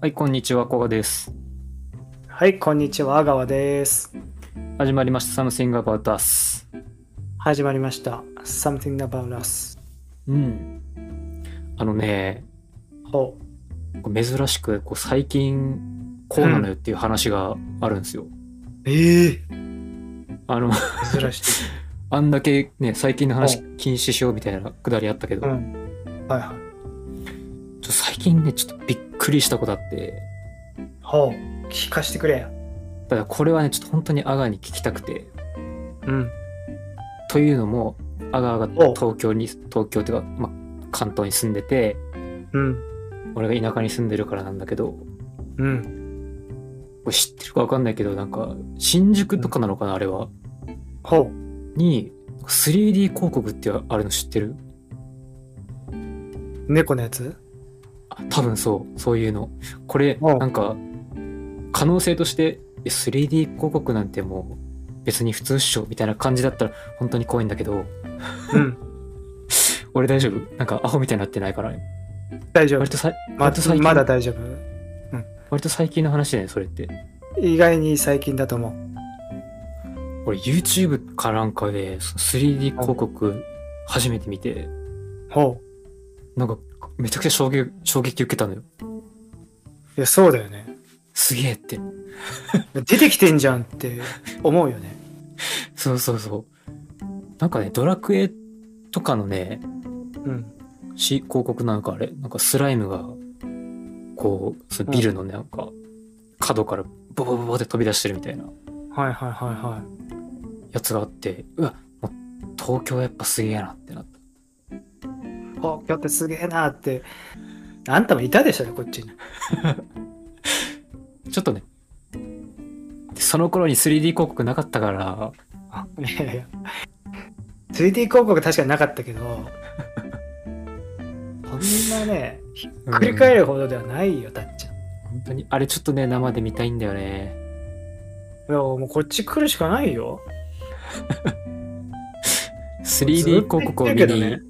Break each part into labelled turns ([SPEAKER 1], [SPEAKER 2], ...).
[SPEAKER 1] はい、こんにちは、こがです。
[SPEAKER 2] はい、こんにちは、阿川です。
[SPEAKER 1] 始まりました、Something About Us。
[SPEAKER 2] 始まりました。Something About Us。
[SPEAKER 1] うん。あのね、
[SPEAKER 2] ほう。
[SPEAKER 1] こう珍しくこう最近こうなのよっていう話があるんですよ。
[SPEAKER 2] ええ
[SPEAKER 1] あの、
[SPEAKER 2] 珍しい。
[SPEAKER 1] あんだけね、最近の話禁止しようみたいなくだりあったけど、
[SPEAKER 2] う
[SPEAKER 1] ちょ
[SPEAKER 2] ん。はいは
[SPEAKER 1] っと最近ね、ちょっとびっくりしたことあって、
[SPEAKER 2] い。ほう。聞かしてくれや。
[SPEAKER 1] ただこれはね、ちょっと本当にアガに聞きたくて、
[SPEAKER 2] うん。
[SPEAKER 1] というのも、アガが
[SPEAKER 2] お
[SPEAKER 1] 東京に、東京というか、まあ、関東に住んでて、
[SPEAKER 2] うん。
[SPEAKER 1] 俺が田舎に住んでるからなんだけど、
[SPEAKER 2] うん。
[SPEAKER 1] これ知ってるか分かんないけどなんか新宿とかなのかな、あれは
[SPEAKER 2] ほう。
[SPEAKER 1] に 3D 広告ってあるの知ってる
[SPEAKER 2] 猫のやつ
[SPEAKER 1] あ多分そうそういうのこれ
[SPEAKER 2] うん
[SPEAKER 1] なんか可能性としてえ 3D 広告なんてもう別に普通っしょみたいな感じだったら本当に怖いんだけど
[SPEAKER 2] うん。
[SPEAKER 1] 俺大丈夫なんかアホみたいになってないから
[SPEAKER 2] 大丈
[SPEAKER 1] 割
[SPEAKER 2] 夫。
[SPEAKER 1] とさ
[SPEAKER 2] ま
[SPEAKER 1] 割と最近
[SPEAKER 2] まだ大丈夫。
[SPEAKER 1] 割と最近の話だよねそれって
[SPEAKER 2] 意外に最近だと思う。
[SPEAKER 1] 俺 YouTube かなんかでその 3D 広告初めて見て
[SPEAKER 2] ほう。
[SPEAKER 1] なんかめちゃくちゃ衝撃衝撃受けたのよ
[SPEAKER 2] いや、そうだよね。
[SPEAKER 1] すげえって
[SPEAKER 2] 出てきてんじゃんって思うよね。
[SPEAKER 1] そうそうそう。なんかね、ドラクエとかのね、
[SPEAKER 2] うん。
[SPEAKER 1] し広告なんかあれ、なんかスライムが、こう、そのビルのね、なんか、角からボボボボって飛び出してるみたいな
[SPEAKER 2] はいはいはいは
[SPEAKER 1] やつがあって、うわ、もう東京やっぱすげえなってなった。
[SPEAKER 2] い。ほう、今日ってすげえなって。あんたもいたでしょうね、こっちに。
[SPEAKER 1] ちょっとね、その頃に 3D 広告なかったから、
[SPEAKER 2] いやいや 3D 広告確かになかったけどこんなねひっくり返
[SPEAKER 1] る。
[SPEAKER 2] るほどではないよたっちゃんい
[SPEAKER 1] 本当に、あれちょっとね、生で見たいんだよね。
[SPEAKER 2] やもうこっち来るしかないよ
[SPEAKER 1] 3D 広告を見
[SPEAKER 2] ずっと
[SPEAKER 1] に、
[SPEAKER 2] 言ってるけ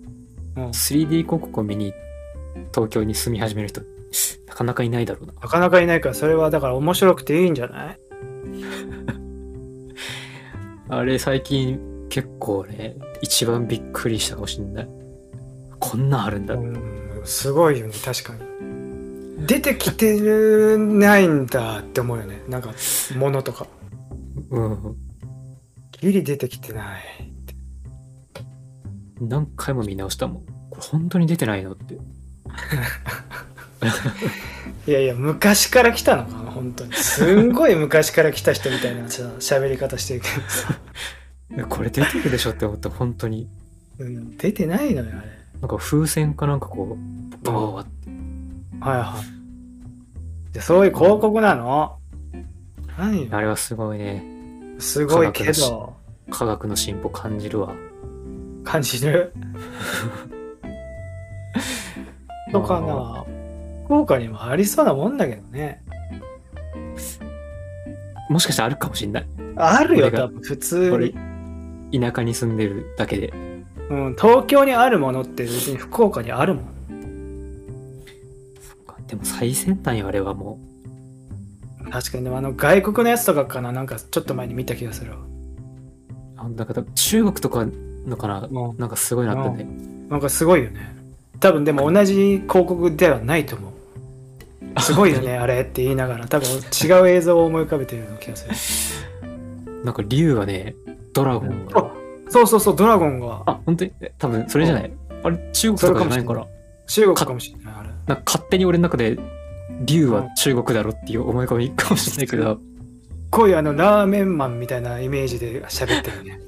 [SPEAKER 2] どねうん
[SPEAKER 1] 3D 広告を見に東京に住み始める人、なかなかいないだろうな。
[SPEAKER 2] なかなかいないからそれはだから面白くていいんじゃない
[SPEAKER 1] あれ最近結構ね、一番びっくりしたかもしんない。こんなんあるんだ。
[SPEAKER 2] うんすごいよね確かに出てきてるないんだって思うよねなんかものとか
[SPEAKER 1] うん。
[SPEAKER 2] ギリ出てきてない
[SPEAKER 1] 何回も見直したもん。これ本当に出てないのって。
[SPEAKER 2] いやいや昔から来たのかな本当にすんごい昔から来た人みたいなさ喋り方してるけどさ
[SPEAKER 1] えこれ出てるでしょって思った、本当に。
[SPEAKER 2] うん出てないのよあれ
[SPEAKER 1] なんか風船かなんかこう、バーって。
[SPEAKER 2] はいはいでそういう広告なの何
[SPEAKER 1] あ
[SPEAKER 2] よ
[SPEAKER 1] れはすごいね。
[SPEAKER 2] すご
[SPEAKER 1] 科
[SPEAKER 2] い
[SPEAKER 1] 学
[SPEAKER 2] け
[SPEAKER 1] だし
[SPEAKER 2] ど
[SPEAKER 1] 科学の進歩感じるわ。
[SPEAKER 2] 感じるとか
[SPEAKER 1] あ
[SPEAKER 2] な福岡にもありそうなもんだけどね
[SPEAKER 1] もしかしたらあるかもしんない。
[SPEAKER 2] あるよ
[SPEAKER 1] これが
[SPEAKER 2] 多分普通
[SPEAKER 1] こ
[SPEAKER 2] に
[SPEAKER 1] れ、田舎に住んでるだけで。
[SPEAKER 2] うん、東京にあるものって別に福岡にあるもん
[SPEAKER 1] そっかでも最先端よ、あれはも
[SPEAKER 2] 確かにでもあの外国のやつとかかななんかちょっと前に見た気がするわ
[SPEAKER 1] う。あなんか多分中国とかのかな、
[SPEAKER 2] うん
[SPEAKER 1] なんかすごいなってね。
[SPEAKER 2] なんかすごいよね多分でも同じ広告ではないと思うすごいよ ねあれって言いながら多分違う映像を思い浮かべてるような気がす る
[SPEAKER 1] なんか竜がね、ドラゴンが。
[SPEAKER 2] そうそうそうドラゴンが
[SPEAKER 1] あ、本当にえ多分それじゃない。あれ、中国とかじゃないから。
[SPEAKER 2] 中国かもしれないあれ
[SPEAKER 1] なんか勝手に俺の中で、竜は中国だろっていう思い込みかもしれないけど、
[SPEAKER 2] こういうあのラーメンマンみたいなイメージで喋ってる ね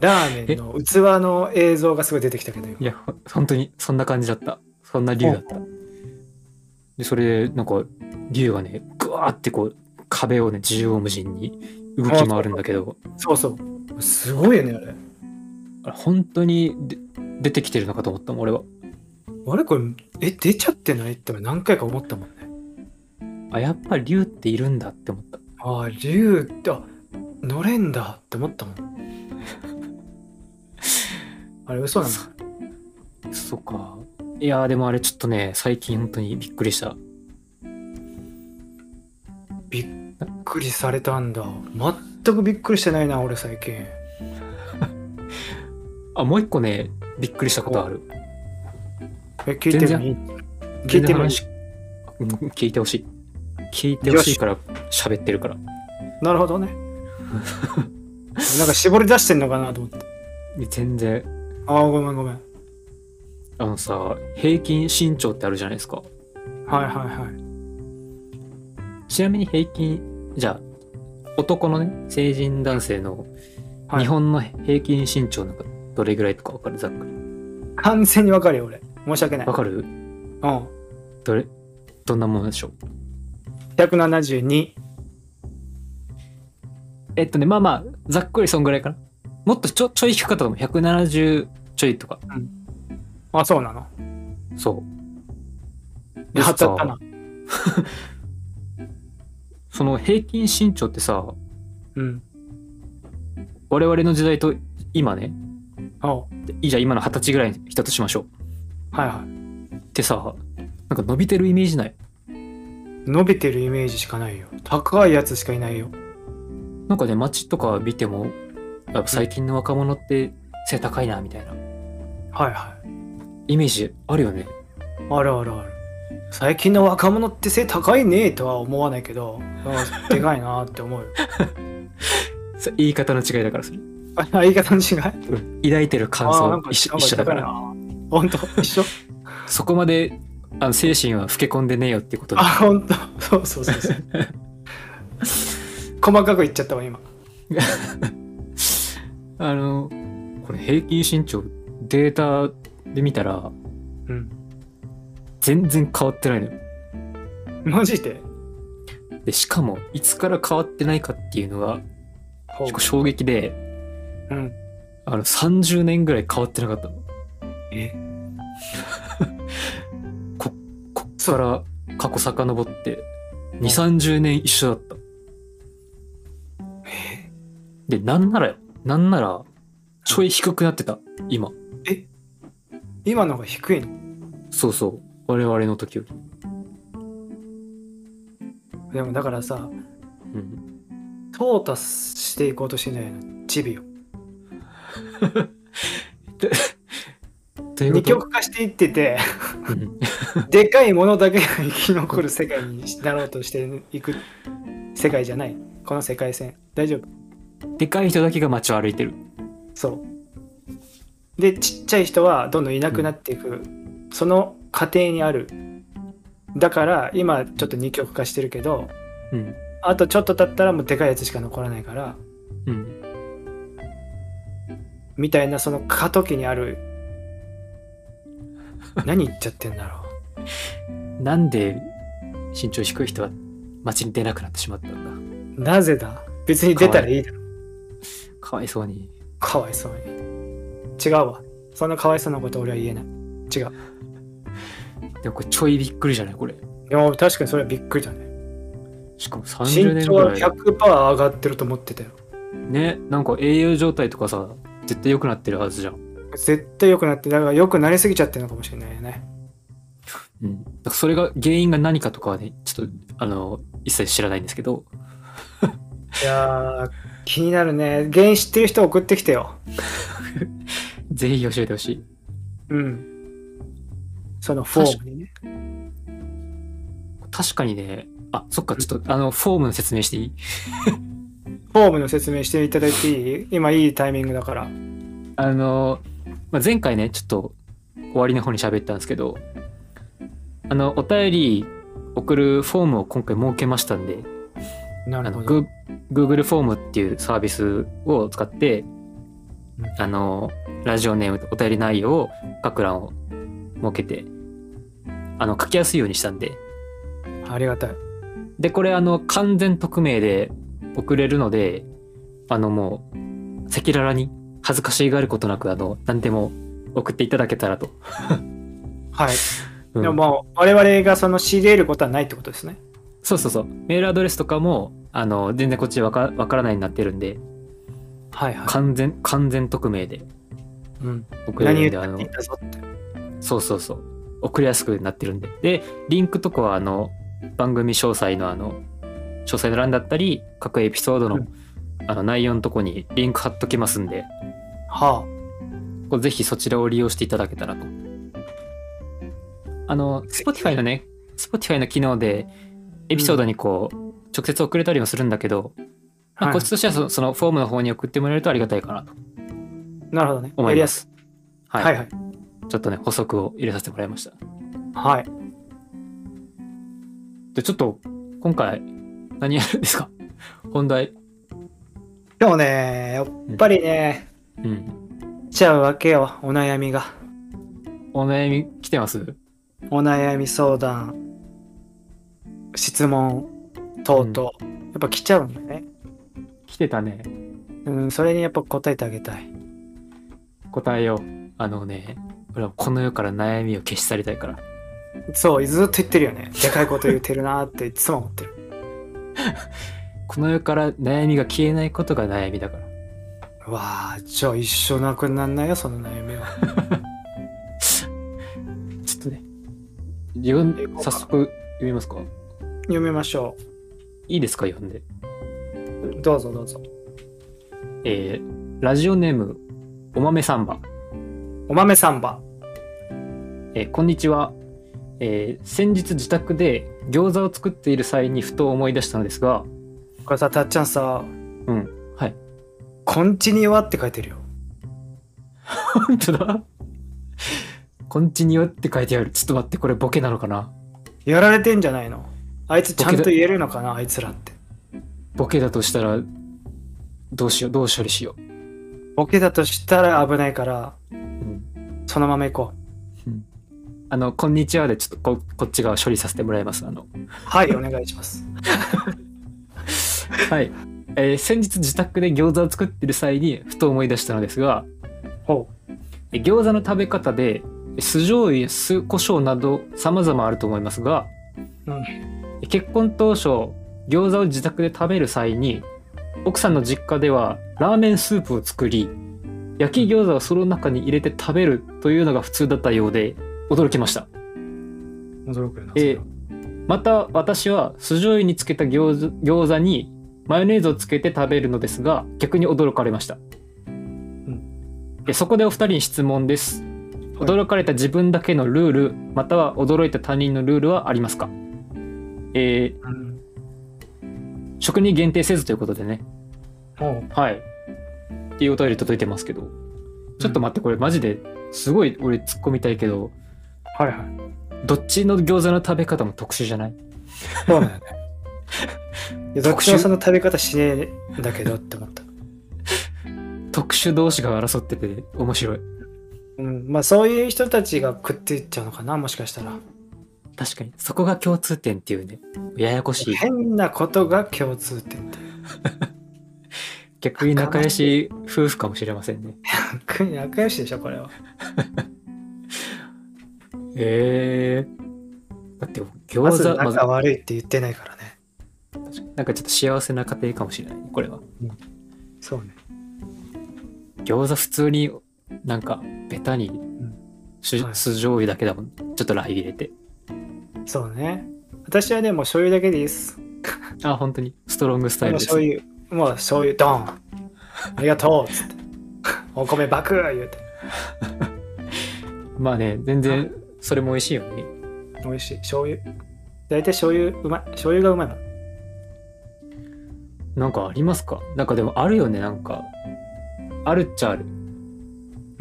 [SPEAKER 2] ラーメンの器の映像がすごい出てきたけど今
[SPEAKER 1] いや、ほ本当にそんな感じだった。そんな竜だった。で、それで、なんか、竜がね、ぐわーってこう、壁をね、縦横無尽に動き回るんだけど、
[SPEAKER 2] そうそうすごいよねあれ
[SPEAKER 1] あれ本当にで出てきてるのかと思ったもん、俺は。
[SPEAKER 2] あれこれえ出ちゃってないって俺何回か思ったもんね
[SPEAKER 1] あ、やっぱり竜っているんだって思った。
[SPEAKER 2] ああ竜ってあ乗れんだって 思ったもんあれ嘘なんだ
[SPEAKER 1] そっか。いやーでもあれちょっとね、最近本当にびっくりした。
[SPEAKER 2] くりされたんだ全くびっくりしてないな俺最近
[SPEAKER 1] あもう一個ねびっくりしたことある
[SPEAKER 2] え聞いてもいい聞いてもいい
[SPEAKER 1] 全然話うん聞いてほしい聞いてほしいから喋ってるから
[SPEAKER 2] なるほ どねなんか絞り出してんのかなと思って
[SPEAKER 1] 全然
[SPEAKER 2] ああごめんごめんはい
[SPEAKER 1] あのさ平均身長ってあるじゃないですか
[SPEAKER 2] はいはい
[SPEAKER 1] ちなみに平均じゃあ男のね成人男性の
[SPEAKER 2] はい
[SPEAKER 1] 日本の平均身長なんかどれぐらいとかわかるざっくり
[SPEAKER 2] 完全にわかるよ俺申し訳ない
[SPEAKER 1] わかる
[SPEAKER 2] うん
[SPEAKER 1] どれどんなものでしょう
[SPEAKER 2] 172
[SPEAKER 1] えっとねまあまあざっくりそんぐらいかなもっとちょちょい低かったと思う170ちょいとか
[SPEAKER 2] あそうなの
[SPEAKER 1] そう
[SPEAKER 2] 当たった
[SPEAKER 1] で
[SPEAKER 2] な
[SPEAKER 1] さその平均身長ってさ
[SPEAKER 2] うん
[SPEAKER 1] 我々の時代と今ね
[SPEAKER 2] あはい
[SPEAKER 1] いじゃあ今の二十歳ぐらいの人としましょ
[SPEAKER 2] はい
[SPEAKER 1] ってさなんか伸びてるイメージない
[SPEAKER 2] い伸びてるイメージしかないよ高いやつしかいないよ
[SPEAKER 1] なんかね街とか見てもやっぱ最近の若者って背高いなみたいな
[SPEAKER 2] はいはい
[SPEAKER 1] イメージあるよね
[SPEAKER 2] あるあるある最近の若者って背高いねとは思わないけどあでかいなって思うよ
[SPEAKER 1] それ言い方の違いだからそれ
[SPEAKER 2] あ言い方の違い
[SPEAKER 1] 抱いてる
[SPEAKER 2] あ
[SPEAKER 1] 感
[SPEAKER 2] あーな
[SPEAKER 1] 想
[SPEAKER 2] んか
[SPEAKER 1] 一緒
[SPEAKER 2] なん
[SPEAKER 1] 一緒だか
[SPEAKER 2] 高
[SPEAKER 1] ら
[SPEAKER 2] いな本当一緒
[SPEAKER 1] そこまであの精神は老け込んでねえよってことで
[SPEAKER 2] あ本当そうそうそう そう細かく言っちゃったわ今
[SPEAKER 1] あのこれ平均身長データで見たら
[SPEAKER 2] うん
[SPEAKER 1] 全然変わってないのよ
[SPEAKER 2] マジで
[SPEAKER 1] でしかもいつから変わってないかっていうのが
[SPEAKER 2] ほ
[SPEAKER 1] 結構衝撃で
[SPEAKER 2] う、うん、
[SPEAKER 1] あの30年ぐらい変わってなかったの
[SPEAKER 2] え
[SPEAKER 1] こっから過去遡って2 3 0年一緒だったでなんならよなんならちょい低くなってた今
[SPEAKER 2] 今のが低いの
[SPEAKER 1] そうそう我々の時より、
[SPEAKER 2] でもだからさ
[SPEAKER 1] うん、
[SPEAKER 2] 淘汰していこうとしてないのチビを
[SPEAKER 1] ということ
[SPEAKER 2] 二極化していってて
[SPEAKER 1] うん
[SPEAKER 2] でかいものだけが生き残る世界になろうとしていく世界じゃないこの世界線大丈夫
[SPEAKER 1] でかい人だけが街を歩いてる
[SPEAKER 2] そうでちっちゃい人はどんどんいなくなっていく、その過程にあるだから今ちょっと二極化してるけど
[SPEAKER 1] うん
[SPEAKER 2] あとちょっと経ったらもうでかいやつしか残らないから
[SPEAKER 1] うん
[SPEAKER 2] みたいなその過渡期にある何言っちゃってんだろ
[SPEAKER 1] なんで身長低い人は街に出なくなってしまったんだ
[SPEAKER 2] うなぜだ別に出たらいいだろ
[SPEAKER 1] かわいそうに
[SPEAKER 2] かわいそうに違うわそんなかわいそうなこと俺は言えない違う
[SPEAKER 1] でもこれちょいびっくりじゃないこれ
[SPEAKER 2] でも確かにそれはびっくりだね
[SPEAKER 1] しかも30
[SPEAKER 2] 身
[SPEAKER 1] 年
[SPEAKER 2] 長
[SPEAKER 1] ぐ
[SPEAKER 2] は
[SPEAKER 1] らい
[SPEAKER 2] 100%上がってると思ってたよ
[SPEAKER 1] ねなんか栄養状態とかさ絶対良くなってるはずじゃん、
[SPEAKER 2] 絶対良くなってだから良くなりすぎちゃってるのかもしれないよね
[SPEAKER 1] うん、だからそれが原因が何かとかはねちょっとあの一切知らないんですけど
[SPEAKER 2] いやー気になるね原因知ってる人送ってきてよ
[SPEAKER 1] ぜひ教えてほしい
[SPEAKER 2] うんそのフォームにね
[SPEAKER 1] 確かにねあそっかちょっとあのフォームの説明していい
[SPEAKER 2] フォームの説明していただいていい今いいタイミングだから
[SPEAKER 1] あの、まあ、前回ねちょっと終わりの方に喋ったんですけどあのお便り送るフォームを今回設けましたんで
[SPEAKER 2] な
[SPEAKER 1] あ
[SPEAKER 2] る
[SPEAKER 1] の
[SPEAKER 2] ほど。
[SPEAKER 1] グ Google フォームっていうサービスを使って
[SPEAKER 2] うん
[SPEAKER 1] あのラジオネームとお便り内容を各欄を設けてあの書きやすいようにしたんで
[SPEAKER 2] ありがたい。
[SPEAKER 1] でこれあの完全匿名で送れるのであのもう赤裸々に恥ずかしがることなくあの何でも送っていただけたらと、
[SPEAKER 2] はい。
[SPEAKER 1] うん
[SPEAKER 2] でももう、我々がその仕入れることはないってことですね。
[SPEAKER 1] そうそうそうメールアドレスとかもあの全然こっちわかわからないようになってるんで
[SPEAKER 2] はいは
[SPEAKER 1] 完全完全匿名で
[SPEAKER 2] い。うん、
[SPEAKER 1] 送れる
[SPEAKER 2] 何
[SPEAKER 1] んで
[SPEAKER 2] 言
[SPEAKER 1] あ
[SPEAKER 2] っ
[SPEAKER 1] の
[SPEAKER 2] ていたぞって。
[SPEAKER 1] そうそうそう。送りやすくなってるんで。で、リンクとかは、あの、番組詳細のあの、詳細の欄だったり各エピソードの,、
[SPEAKER 2] うん
[SPEAKER 1] あの内容のとこにリンク貼っときますんで
[SPEAKER 2] は
[SPEAKER 1] こうぜひそちらを利用していただけたらと。あの、Spotify のね、Spotify の機能で、エピソードにこう、直接送れたりもするんだけど、まあ
[SPEAKER 2] あ、はい
[SPEAKER 1] こっちとしてはそそのフォームの方に送ってもらえるとありがたいかなと
[SPEAKER 2] なるほどね。
[SPEAKER 1] 思
[SPEAKER 2] や
[SPEAKER 1] い
[SPEAKER 2] り
[SPEAKER 1] ま
[SPEAKER 2] やす
[SPEAKER 1] す。
[SPEAKER 2] い。
[SPEAKER 1] はい、
[SPEAKER 2] はいはい。
[SPEAKER 1] ちょっとね、補足を入れさせてもらいました。
[SPEAKER 2] はい。
[SPEAKER 1] で、ちょっと、今回、何やるんですか 本題。
[SPEAKER 2] でもね、やっぱりね、
[SPEAKER 1] うん。
[SPEAKER 2] ちゃうわけよ、お悩みが。
[SPEAKER 1] お悩み来てます
[SPEAKER 2] お悩み相談、質問等々、やっぱ来ちゃうんだよね。
[SPEAKER 1] 来てたね。
[SPEAKER 2] うん、それにやっぱ答えてあげたい。
[SPEAKER 1] 答えよう。あのね、俺はこの世から悩みを消し去りたいから。
[SPEAKER 2] そう、ずっと言ってるよね。でかいこと言ってるなーっていつも思ってる。
[SPEAKER 1] この世から悩みが消えないことが悩みだから。
[SPEAKER 2] うわあ、じゃあ一生なくなんないよ、その悩みは。
[SPEAKER 1] ちょっとね。自分
[SPEAKER 2] 行こう、か
[SPEAKER 1] 早速読みますか
[SPEAKER 2] 読みましょ
[SPEAKER 1] いいですか読んで。
[SPEAKER 2] う。どうぞどうぞ。
[SPEAKER 1] えー、ラジオネーム、おまめサンバ。
[SPEAKER 2] お豆サンバ。
[SPEAKER 1] えーこんにちは。えー先日自宅で餃子を作っている際にふと思い出したのですが、
[SPEAKER 2] これさ、たっちゃんさ、
[SPEAKER 1] うん。はい。
[SPEAKER 2] 「こんちには」って書いてるよ。
[SPEAKER 1] 本当だ。こんちによって書いてある。ちょっと待って、これボケなのかな
[SPEAKER 2] やられてんじゃないのあいつちゃんと言えるのかなあいつらって。
[SPEAKER 1] ボケだとしたら、どうしよう、どう処理しよ
[SPEAKER 2] ボケだとしたら危ないから、
[SPEAKER 1] う。うん。
[SPEAKER 2] そのまま行こ
[SPEAKER 1] あの、こんにちはでちょっとここっち側処理させてもらいます。あの、
[SPEAKER 2] う。はい、お願いします。
[SPEAKER 1] はい、えー先日自宅で餃子を作ってる際にふと思い出したのですが
[SPEAKER 2] ほ
[SPEAKER 1] えー餃子の食べ方で酢醤油酢胡椒など様々あると思いますが、
[SPEAKER 2] うん
[SPEAKER 1] えー結婚当初餃子を自宅で食べる際に奥さんの実家ではラーメンスープを作り焼き餃子をその中に入れて食べるというのが普通だったようで驚きました
[SPEAKER 2] う。驚くよな。
[SPEAKER 1] えまた私は酢醤油につけた餃子餃子にマヨネーズをつけて食べるのですが逆に驚かれました、えそこでお二人に質問です
[SPEAKER 2] はい
[SPEAKER 1] 驚かれた自分だけのルールまたは驚いた他人のルールはありますかえ
[SPEAKER 2] それはうん
[SPEAKER 1] ー食に限定せずということでね
[SPEAKER 2] ほう
[SPEAKER 1] はいっていうお便り届いてますけどちょっと待ってこれマジですごい俺突っ込みたいけど
[SPEAKER 2] はいはい。
[SPEAKER 1] どっちの餃子の食べ方も特殊じゃない
[SPEAKER 2] そうだよね。いやどっ
[SPEAKER 1] 特
[SPEAKER 2] ち
[SPEAKER 1] 集
[SPEAKER 2] もその食べ方しねえんだけどって思った。
[SPEAKER 1] 特殊同士が争ってて面白い
[SPEAKER 2] うん、まあそういう人たちが食っていっちゃうのかな、もしかしたら。
[SPEAKER 1] 確かにそこが共通点っていうねややこしい
[SPEAKER 2] 変なことが共通点って。
[SPEAKER 1] 逆に仲良し夫婦かもしれませんね
[SPEAKER 2] 仲良しでしょ、これは。
[SPEAKER 1] へえだって
[SPEAKER 2] ま
[SPEAKER 1] 餃
[SPEAKER 2] ず
[SPEAKER 1] 子まず
[SPEAKER 2] 仲悪いって言ってないからね。
[SPEAKER 1] なんかちょっと幸せな家庭かもしれないねこれは
[SPEAKER 2] そうね。
[SPEAKER 1] 餃子普通になんかベタにし
[SPEAKER 2] はい
[SPEAKER 1] 酢醤油だけだもんちょっとラー油入れて
[SPEAKER 2] そうね。私はね、もう醤油だけでいいです。
[SPEAKER 1] あ本当にストロングスタイル
[SPEAKER 2] もう
[SPEAKER 1] です
[SPEAKER 2] 醤油、もう醤油、ドンありがとうっつって。お米バクー言うて。
[SPEAKER 1] まあね全然それも美味しいよね
[SPEAKER 2] 美味しい。醤油。大体醤油、うまい。醤油がうまいの。
[SPEAKER 1] なんかありますかなんかでもあるよねなんかあるっちゃある
[SPEAKER 2] う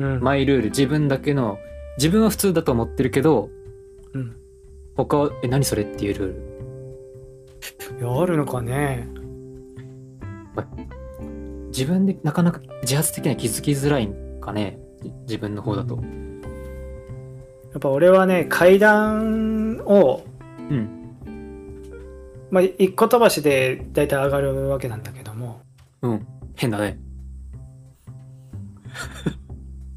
[SPEAKER 2] ん
[SPEAKER 1] マイルール自分だけの自分は普通だと思ってるけど
[SPEAKER 2] うん。
[SPEAKER 1] 他はえ何それっていうルール
[SPEAKER 2] いやあるのかね
[SPEAKER 1] 自分でなかなか自発的には気づきづらいんかねじ自分の方だと
[SPEAKER 2] やっぱ俺はね階段を、
[SPEAKER 1] うん
[SPEAKER 2] まあ、一個飛ばしで大体上がるわけなんだけども
[SPEAKER 1] うん変だね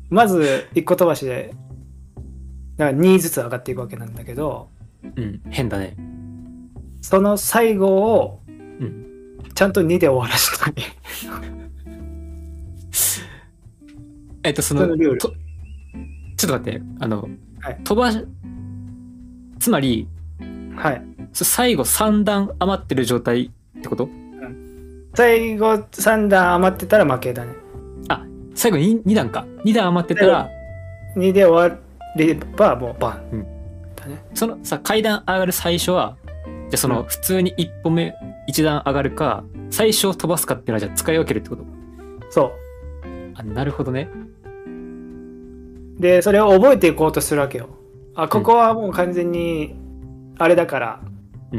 [SPEAKER 2] まず一個飛ばしでだから2ずつ上がっていくわけなんだけど
[SPEAKER 1] うん変だね
[SPEAKER 2] その最後を
[SPEAKER 1] うん
[SPEAKER 2] ちゃんと2で終わらしたい
[SPEAKER 1] えっとそ
[SPEAKER 2] そ
[SPEAKER 1] の
[SPEAKER 2] のルール
[SPEAKER 1] とちょっと待ってあの、
[SPEAKER 2] はい
[SPEAKER 1] 飛ばしつまり
[SPEAKER 2] はい
[SPEAKER 1] そ最後3段余ってる状態ってこと
[SPEAKER 2] 最後3段余ってたら負けだね
[SPEAKER 1] 最後に 2, 段か2段余ってたら
[SPEAKER 2] 2で終わればもうバン、
[SPEAKER 1] う
[SPEAKER 2] だね
[SPEAKER 1] そのさ階段上がる最初はじゃあその
[SPEAKER 2] うん
[SPEAKER 1] 普通に1歩目1段上がるか最初飛ばすかっていうのはじゃあ使い分けるってこと
[SPEAKER 2] そ
[SPEAKER 1] あなるほどね
[SPEAKER 2] うでそれを覚えていこうとするわけよあここはもう完全にあれだから、
[SPEAKER 1] う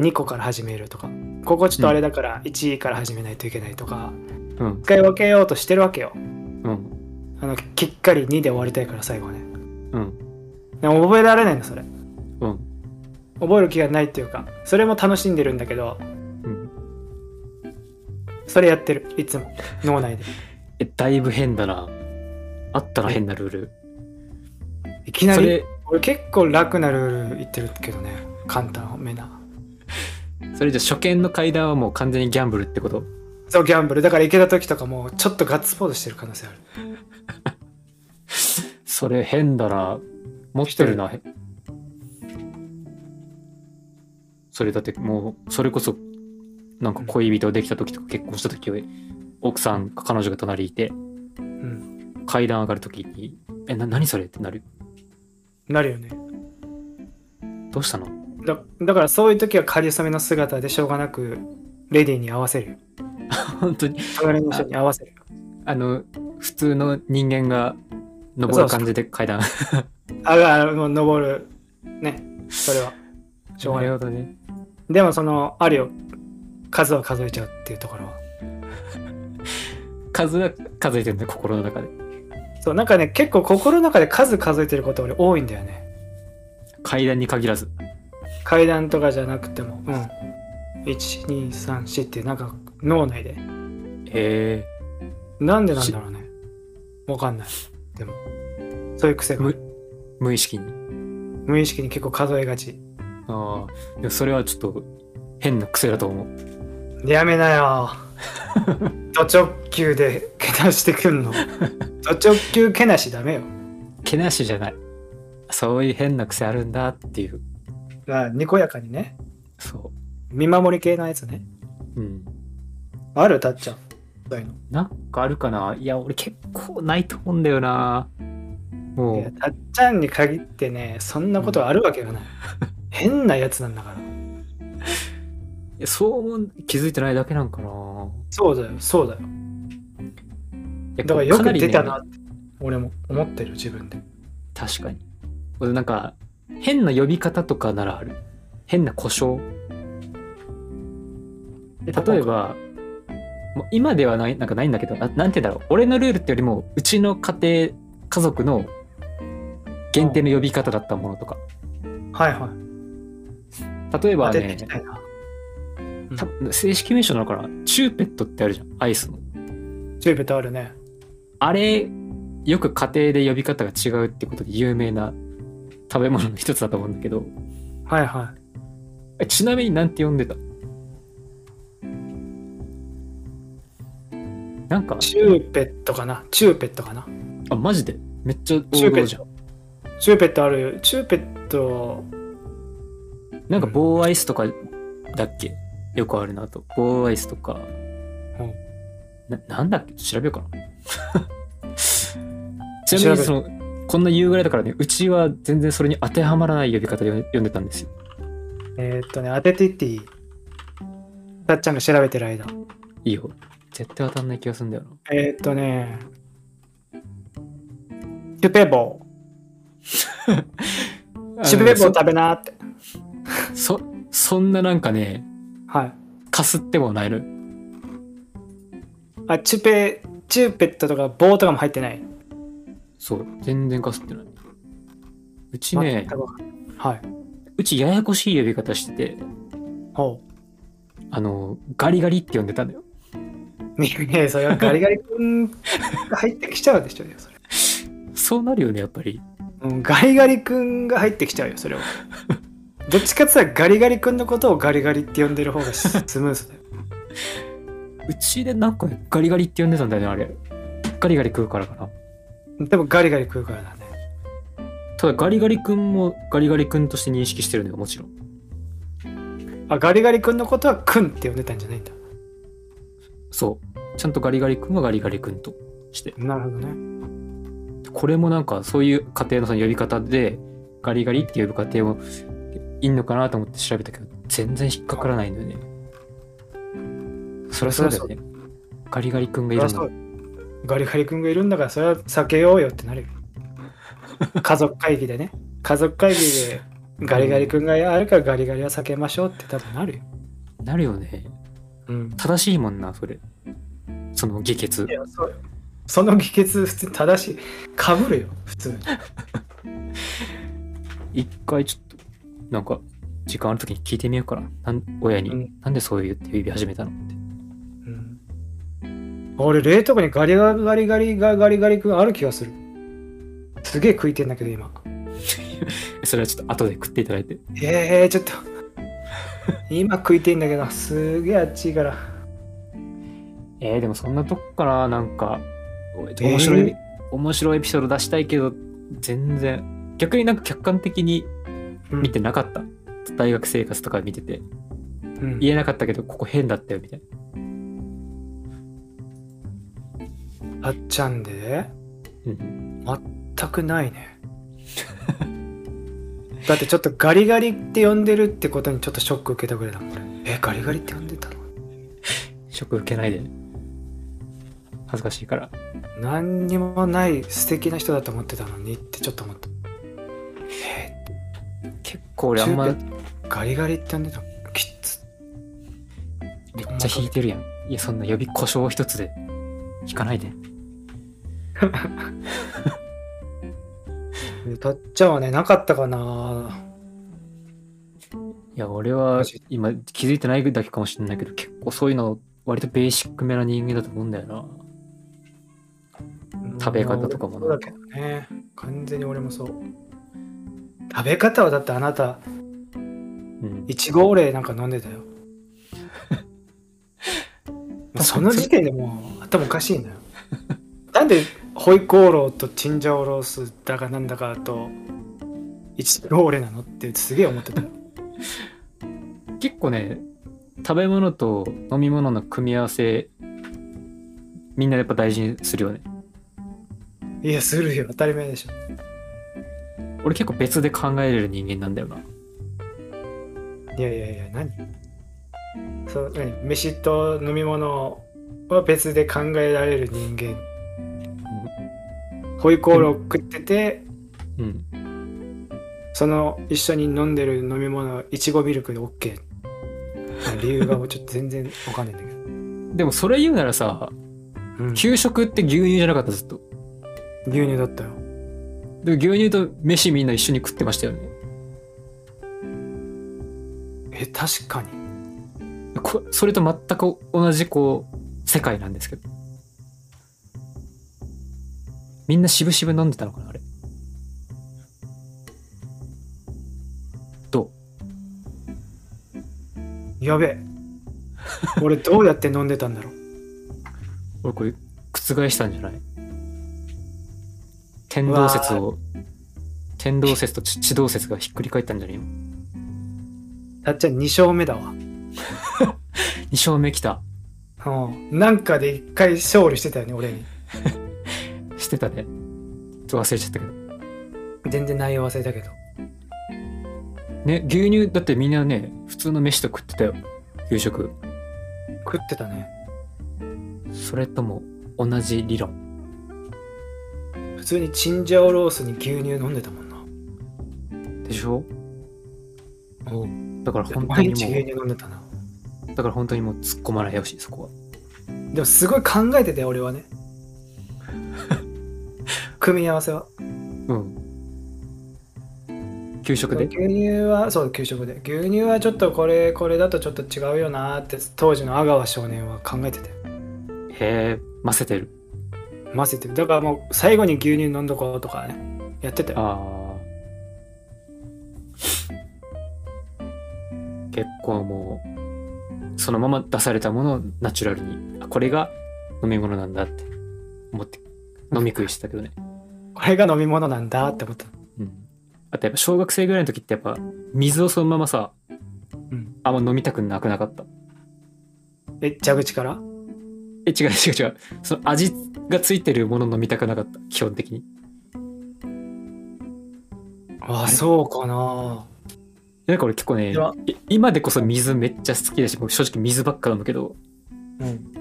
[SPEAKER 2] 2個から始めるとかここちょっとあれだから1から始めないといけないとか、
[SPEAKER 1] うん
[SPEAKER 2] 使い分けようとしてるわけよ
[SPEAKER 1] うん
[SPEAKER 2] あのきっかり2で終わりたいから最後はね
[SPEAKER 1] うん
[SPEAKER 2] でも覚えられないのそれ
[SPEAKER 1] うん
[SPEAKER 2] 覚える気がないっていうかそれも楽しんでるんだけど
[SPEAKER 1] うん
[SPEAKER 2] それやってるいつも脳内で
[SPEAKER 1] えだいぶ変だなあったら変なルール
[SPEAKER 2] いきな
[SPEAKER 1] そ
[SPEAKER 2] り
[SPEAKER 1] れ
[SPEAKER 2] 俺結構楽なルール言ってるけどね簡単めな
[SPEAKER 1] それじゃ初見の階段はもう完全にギャンブルってこと
[SPEAKER 2] そうギャンブルだから池田時とかもうちょっとガッツポーズしてる可能性ある
[SPEAKER 1] それ変だな持ってるなそれだってもうそれこそなんか恋人できた時とか結婚した時は奥さんか彼女が隣いて
[SPEAKER 2] うん
[SPEAKER 1] 階段上がる時に「えな何それ?」ってなる
[SPEAKER 2] なるよね
[SPEAKER 1] どうしたの
[SPEAKER 2] だだからそういう時は仮初めの姿でしょうがなくレディーに合わせるよ
[SPEAKER 1] 本当に
[SPEAKER 2] 隣の人に合わせるよ
[SPEAKER 1] あの普通の人間が登る感じで階段
[SPEAKER 2] あがもう登るねそれはしょうが
[SPEAKER 1] な
[SPEAKER 2] な
[SPEAKER 1] る
[SPEAKER 2] い
[SPEAKER 1] ほどね
[SPEAKER 2] でもそのあるよ数は数えちゃうっていうところは
[SPEAKER 1] 数は数えてるんだ心の中で
[SPEAKER 2] そうなんかね結構心の中で数数えてること俺多いんだよね
[SPEAKER 1] 階段に限らず
[SPEAKER 2] 階段とかじゃなくてもうん1234ってなんか脳内で
[SPEAKER 1] え
[SPEAKER 2] なんでなんだろうねわかんないでもそういう癖が
[SPEAKER 1] むー、無意識に
[SPEAKER 2] 無意識に結構数えがち
[SPEAKER 1] ああ、でもそれはちょっと変な癖だと思う。
[SPEAKER 2] やめな よド直球でけなしてくんのド直球けなしダメよ
[SPEAKER 1] けなしじゃない。そういう変な癖あるんだっていう。
[SPEAKER 2] あにこやかにね
[SPEAKER 1] そ
[SPEAKER 2] 見守り系のやつね
[SPEAKER 1] う。うん。
[SPEAKER 2] あるたっちゃんそういうの
[SPEAKER 1] なんかあるかないや、俺結構ないと思うんだよな。
[SPEAKER 2] い
[SPEAKER 1] も
[SPEAKER 2] や
[SPEAKER 1] う、
[SPEAKER 2] たっちゃんに限ってねそんなことあるわけがない、変なやつなんだから
[SPEAKER 1] いやそう思う気づいてないだけなんかな。
[SPEAKER 2] そうだよそうだよ
[SPEAKER 1] いや
[SPEAKER 2] だからよ
[SPEAKER 1] かな
[SPEAKER 2] く
[SPEAKER 1] りね
[SPEAKER 2] 出たなって、俺も思ってる自分で
[SPEAKER 1] 確かに。俺なんか、変な呼び方とかならある。変な故障。
[SPEAKER 2] 例
[SPEAKER 1] 例えば、もう今ではないなんかないんだけどななんて言うんだろう俺のルールってよりもうちの家庭家族の限定の呼び方だったものとか
[SPEAKER 2] はいはい
[SPEAKER 1] 例えば
[SPEAKER 2] 当てて
[SPEAKER 1] ね
[SPEAKER 2] いきたいな
[SPEAKER 1] た正式名称なのかなチューペットってあるじゃんアイスの
[SPEAKER 2] チューペットあるね
[SPEAKER 1] あれよく家庭で呼び方が違うってことで有名な食べ物の一つだと思うんだけど
[SPEAKER 2] はいは
[SPEAKER 1] えちなみになんて呼んでたなんか
[SPEAKER 2] いチューペットかなチューペットかな
[SPEAKER 1] あマジでめっちゃ
[SPEAKER 2] チュ
[SPEAKER 1] 王
[SPEAKER 2] ーペ
[SPEAKER 1] 道じ
[SPEAKER 2] ッ
[SPEAKER 1] ゃん
[SPEAKER 2] トチューペットあるよチューペット
[SPEAKER 1] なんか棒アイスとかだっけよくあるなと。棒アイスとか。
[SPEAKER 2] うん
[SPEAKER 1] ななんだっけ調べようかな。 ちな
[SPEAKER 2] 調
[SPEAKER 1] み
[SPEAKER 2] べ
[SPEAKER 1] にその、こんな言うぐらいだからね、うちは全然それに当てはまらない呼び方で呼んでたんですよ。
[SPEAKER 2] えーっとね当てていっていいたっちゃんが調べてる間
[SPEAKER 1] いいよ。絶対当たんない気がするんだよな。
[SPEAKER 2] えーっとねチュペボーチュペボー食べなーって
[SPEAKER 1] そそそんななんかね、
[SPEAKER 2] はい
[SPEAKER 1] かすってもないの。
[SPEAKER 2] あ、チュペ、チューペットとか棒とかも入ってない。
[SPEAKER 1] そう。全然かすってない。うちね
[SPEAKER 2] 全、くわかんないはい。
[SPEAKER 1] うちややこしい呼び方してて、
[SPEAKER 2] ほ
[SPEAKER 1] あの、ガリガリって呼んでたんだよ。
[SPEAKER 2] う。いやいやそれはガリガリ君が入ってきちゃうでしょ、それ。
[SPEAKER 1] そうなるよね、やっぱり。
[SPEAKER 2] うん、ガリガリ君が入ってきちゃうよ、そ れは。どっちかって言ったらガリガリ君のことをガリガリって呼んでる方がスムーズだよ。
[SPEAKER 1] うちでなんかガリガリって呼んでたんだよねあれガリガリ食うからかな
[SPEAKER 2] でもガリガリ食うからだね。
[SPEAKER 1] ただガリガリ君もガリガリ君として認識してるのよもちろん
[SPEAKER 2] あガリガリ君のことは君って呼んでたんじゃないんだ
[SPEAKER 1] そうちゃんとガリガリ君はガリガリ君として
[SPEAKER 2] なるほどね
[SPEAKER 1] これもなんかそういう家庭のその呼び方でガリガリって呼ぶ家庭もいんのかなと思って調べたけど全然引っかからないんだよねそりゃそうだよねガリガリ君がいる
[SPEAKER 2] そりゃそ
[SPEAKER 1] の
[SPEAKER 2] うガリガリ君がいるんだからそれは避けようよって なるよ家族会議でね家族会議でガリガリ君があるからガリガリは避けましょうって多分なるよ、
[SPEAKER 1] なるよね
[SPEAKER 2] うん、
[SPEAKER 1] 正しいもんなそれその下血
[SPEAKER 2] いやそうよその議決普通に正しいかぶるよ普通に
[SPEAKER 1] 一回ちょっとなんか時間ある時に聞いてみようかななん親に、
[SPEAKER 2] うん
[SPEAKER 1] なんでそういうって呼び始めたのって
[SPEAKER 2] うん俺冷凍庫にガリガリガリガリガリガリガリ君ある気がするすげえ食いてんだけど今
[SPEAKER 1] それはちょっと後で食っていただいて
[SPEAKER 2] えー、ちょっと今食いてんだけどすげえあっちいから
[SPEAKER 1] えー、でもそんなとこからなんかお面白い、
[SPEAKER 2] えー
[SPEAKER 1] 面白いエピソード出したいけど全然逆になんか客観的に
[SPEAKER 2] うん
[SPEAKER 1] 見てなかった、大学生活とか見てて
[SPEAKER 2] うん
[SPEAKER 1] 言えなかったけどここ変だったよみたいな
[SPEAKER 2] あっちゃんで
[SPEAKER 1] うん
[SPEAKER 2] 全くないね だってちょっとガリガリって呼んでるってことにちょっとショック受けたぐらいだもん俺えガリガリって呼んでたの
[SPEAKER 1] ショック受けないで恥ずかしいから
[SPEAKER 2] 何にもない素敵な人だと思ってたのにってちょっと思ったえ
[SPEAKER 1] 結構俺あんまめ
[SPEAKER 2] 中
[SPEAKER 1] っ
[SPEAKER 2] ーガリガリって呼んでたのきつ
[SPEAKER 1] ちゃ引いてるやんいやそんな呼び故障一つで引かないで
[SPEAKER 2] たっちゃんはねなかったかない
[SPEAKER 1] や俺は
[SPEAKER 2] マジ
[SPEAKER 1] 今気づいてないだけかもしれないけど結構そういうの割とベーシックめな人間だと思うんだよな食べ方とかも
[SPEAKER 2] そうだけどね完全に俺もそう食べ方はだってあなた
[SPEAKER 1] うん
[SPEAKER 2] いちごオレなんか飲んで たよもうその時点でもう頭おかしいんだよなんでホイコーローとチンジャオロースだかなんだかといちごオレなのってすげえ思ってたよ
[SPEAKER 1] 結構ね食べ物と飲み物の組み合わせみんなやっぱ大事にするよね
[SPEAKER 2] いやするよ当たり前でしょ
[SPEAKER 1] 俺結構別で考えれる人間なんだよない
[SPEAKER 2] やいやいや何そう何飯と飲み物は別で考えられる人間ホイコーロー食ってて、
[SPEAKER 1] うん
[SPEAKER 2] その一緒に飲んでる飲み物いちごミルクで OK 理由がもうちょっと全然わかんないんだけど、
[SPEAKER 1] でもそれ言うならさ
[SPEAKER 2] うん牛
[SPEAKER 1] 給食って牛乳じゃなかったずっと
[SPEAKER 2] 乳だったよ
[SPEAKER 1] でも牛乳と飯みんな一緒に食ってましたよね
[SPEAKER 2] え確かに
[SPEAKER 1] こそれと全く同じこう世界なんですけどみんなしぶしぶ飲んでたのかなあれど
[SPEAKER 2] やべえ俺どうやって飲んでたんだろう
[SPEAKER 1] う俺これ覆したんじゃない天動説を天動説と地地動説がひっくり返ったんじゃないよ
[SPEAKER 2] たっちゃん2勝目だわ
[SPEAKER 1] 2勝目きた
[SPEAKER 2] うんなんかで1回勝利してたよね俺に
[SPEAKER 1] してたねちょっと忘れちゃったけど
[SPEAKER 2] 全然内容忘れたけど
[SPEAKER 1] ね牛乳だってみんなね普通の飯と食ってたよ給食
[SPEAKER 2] 食ってたね
[SPEAKER 1] それとも同じ理論
[SPEAKER 2] 普通にチンジャオロースに牛乳飲んでたもんな
[SPEAKER 1] でしょだから本当
[SPEAKER 2] 毎
[SPEAKER 1] に
[SPEAKER 2] 日
[SPEAKER 1] も
[SPEAKER 2] 牛乳飲んでたな
[SPEAKER 1] う、だから本当にもう突っ込まないでほしい、そこは。
[SPEAKER 2] でもすごい考えてたよ 俺はね組み合わせは
[SPEAKER 1] うん。給食で
[SPEAKER 2] 牛乳はそう給食で牛乳はちょっとこれこれだとちょっと違うよなーって当時の阿川少年は考えてて
[SPEAKER 1] へえ、混ぜてる。
[SPEAKER 2] 混ぜてるだからもう最後に牛乳飲んどこうとかねやってたよ
[SPEAKER 1] ああ。結構もう、そのまま出されたものをナチュラルに、あこれが飲み物なんだって思って、飲み食いしてたけどね。
[SPEAKER 2] これが飲み物なんだって思った
[SPEAKER 1] うん。あとやっぱ小学生ぐらいの時ってやっぱ、水をそのままさ、
[SPEAKER 2] うん
[SPEAKER 1] あんま飲みたくなくなかった
[SPEAKER 2] え蛇口から
[SPEAKER 1] え違う違う違うその味がついてるもの飲みたくなかった基本的に
[SPEAKER 2] あ
[SPEAKER 1] あれ
[SPEAKER 2] そうかな
[SPEAKER 1] なんか俺結構ね
[SPEAKER 2] ではい
[SPEAKER 1] 今でこそ水めっちゃ好きだし僕正直水ばっか飲むけど
[SPEAKER 2] うん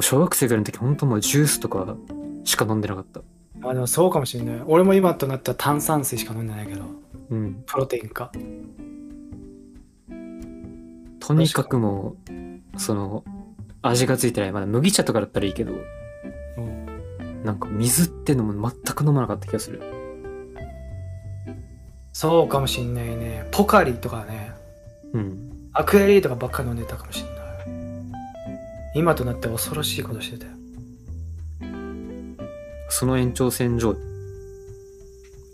[SPEAKER 1] 小学生ぐらいの時本当もうジュースとかしか飲んでなかった
[SPEAKER 2] あでもそうかもしれない俺も今となったら炭酸水しか飲んでないけど
[SPEAKER 1] うん
[SPEAKER 2] プロテインか
[SPEAKER 1] とにかくもうその味がついてないまだ麦茶とかだったらいいけど
[SPEAKER 2] うん
[SPEAKER 1] なんか水ってのも全く飲まなかった気がする
[SPEAKER 2] そうかもしんないねポカリとかね
[SPEAKER 1] うん
[SPEAKER 2] アクエリとかばっかり飲んでたかもしんない今となっては恐ろしいことしてたよ
[SPEAKER 1] その延長線上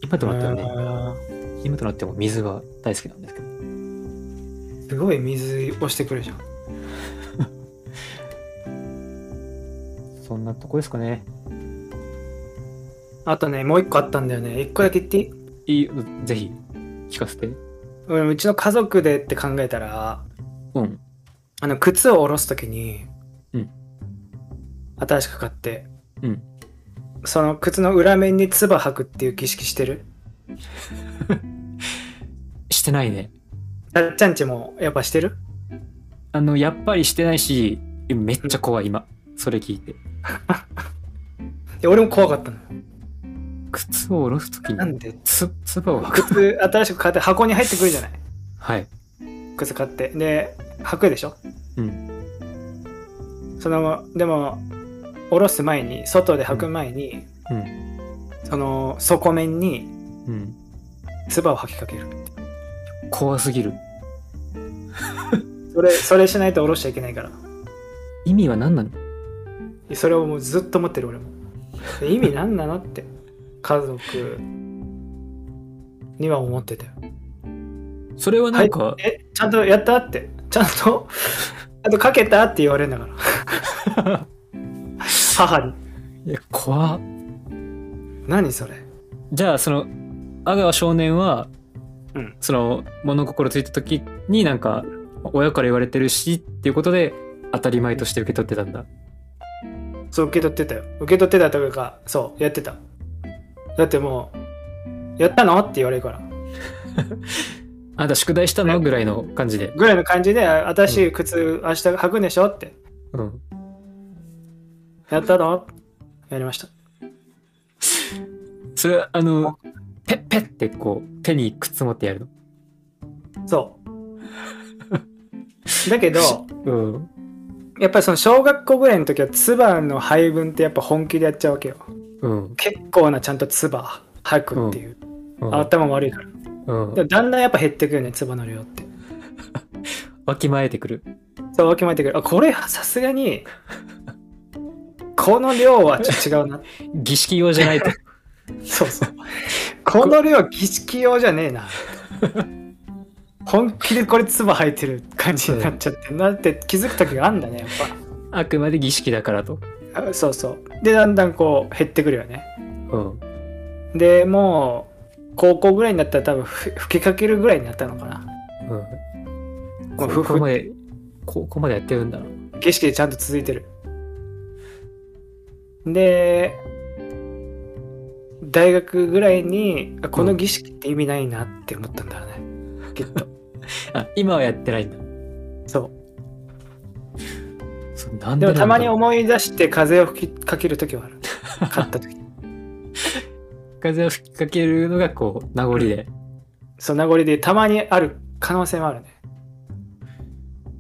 [SPEAKER 1] 今となってはね
[SPEAKER 2] へ
[SPEAKER 1] 今となっても水が大好きなんですけど
[SPEAKER 2] ーすごい水押してくるじゃん
[SPEAKER 1] そんなとこですかね
[SPEAKER 2] あとねもう一個あったんだよね一個だけ言ってい
[SPEAKER 1] い
[SPEAKER 2] い
[SPEAKER 1] いぜひ聞かせて
[SPEAKER 2] うんうちの家族でって考えたら
[SPEAKER 1] うん
[SPEAKER 2] あの靴を下ろすときに、
[SPEAKER 1] うん
[SPEAKER 2] 新しく買って、
[SPEAKER 1] うん
[SPEAKER 2] その靴の裏面に唾吐くっていう儀式してる
[SPEAKER 1] してないね
[SPEAKER 2] たっちゃんちもやっぱしてる
[SPEAKER 1] あのやっぱりしてないしめっちゃ怖い今それ聞いて
[SPEAKER 2] いや俺も怖かったのよ
[SPEAKER 1] 靴を下ろす時
[SPEAKER 2] な
[SPEAKER 1] に
[SPEAKER 2] んで
[SPEAKER 1] つつばを吐く
[SPEAKER 2] 靴新しく買って箱に入ってくるじゃない
[SPEAKER 1] はい
[SPEAKER 2] 靴買ってで履くでしょ
[SPEAKER 1] うん
[SPEAKER 2] そのでも下ろす前に外で履く前に、
[SPEAKER 1] うん
[SPEAKER 2] その底面に
[SPEAKER 1] うん
[SPEAKER 2] 唾を吐きかける
[SPEAKER 1] 怖すぎる
[SPEAKER 2] それそれしないと下ろしちゃいけないから
[SPEAKER 1] 意味は何なの
[SPEAKER 2] それをもうずっと持ってる俺もで意味何なのって家族には思ってたよ
[SPEAKER 1] それはなんか、
[SPEAKER 2] えちゃんとやったってちゃんとちゃんとかけたって言われるんだか ら母に
[SPEAKER 1] いや怖っ
[SPEAKER 2] 何それ
[SPEAKER 1] じゃあその阿川少年は、
[SPEAKER 2] うん
[SPEAKER 1] その物心ついた時になんか親から言われてるしっていうことで当たり前として受け取ってたんだ
[SPEAKER 2] そう受け取ってたよ受け取ってたというかそうやってただってもうやったのって言われるから
[SPEAKER 1] あんた宿題したのぐらいの感じで、
[SPEAKER 2] ぐらいの感じであ新しい靴明日履くんでしょって
[SPEAKER 1] うん、
[SPEAKER 2] やったのやりました
[SPEAKER 1] それはあのペッペッってこう手にくっつもってやる
[SPEAKER 2] そう だけど
[SPEAKER 1] のうん
[SPEAKER 2] やっぱりその小学校ぐらいの時は唾の配分ってやっぱ本気でやっちゃうわけよ
[SPEAKER 1] うん
[SPEAKER 2] 結構なちゃんと唾吐くっていう、
[SPEAKER 1] うん
[SPEAKER 2] 頭悪いから
[SPEAKER 1] うん
[SPEAKER 2] でもだんだんやっぱ減ってくよね唾の量って
[SPEAKER 1] わきまえてくる
[SPEAKER 2] そうわきまえてくるあこれはさす がにこの量はちょっと違うな
[SPEAKER 1] 儀式用じゃない と
[SPEAKER 2] そうそうこの量儀式用じゃねえな本気でこれ唾吐いてる感じになっちゃって、なって気づく時があんだねやっ
[SPEAKER 1] あくまで儀式だからと、
[SPEAKER 2] ぱあそうそうでだんだんこう減ってくるよね
[SPEAKER 1] うん、
[SPEAKER 2] でもう高校ぐらいになったら多分ふ吹きかけるぐらいになったのかな
[SPEAKER 1] うん、
[SPEAKER 2] まあ
[SPEAKER 1] ここまでここまでやってるんだな
[SPEAKER 2] 景色でちゃんと続いてるで大学ぐらいにあこの儀式って意味ないなって思ったんだろうね、きっと
[SPEAKER 1] あ今はやってないんだ
[SPEAKER 2] そう
[SPEAKER 1] そうなん
[SPEAKER 2] で
[SPEAKER 1] で
[SPEAKER 2] もたまに
[SPEAKER 1] なんだろ
[SPEAKER 2] 思い出して風を吹きかける時はある買った時
[SPEAKER 1] う風を吹きかけるのがこう名残で
[SPEAKER 2] そう名残でたまにある可能性もあるね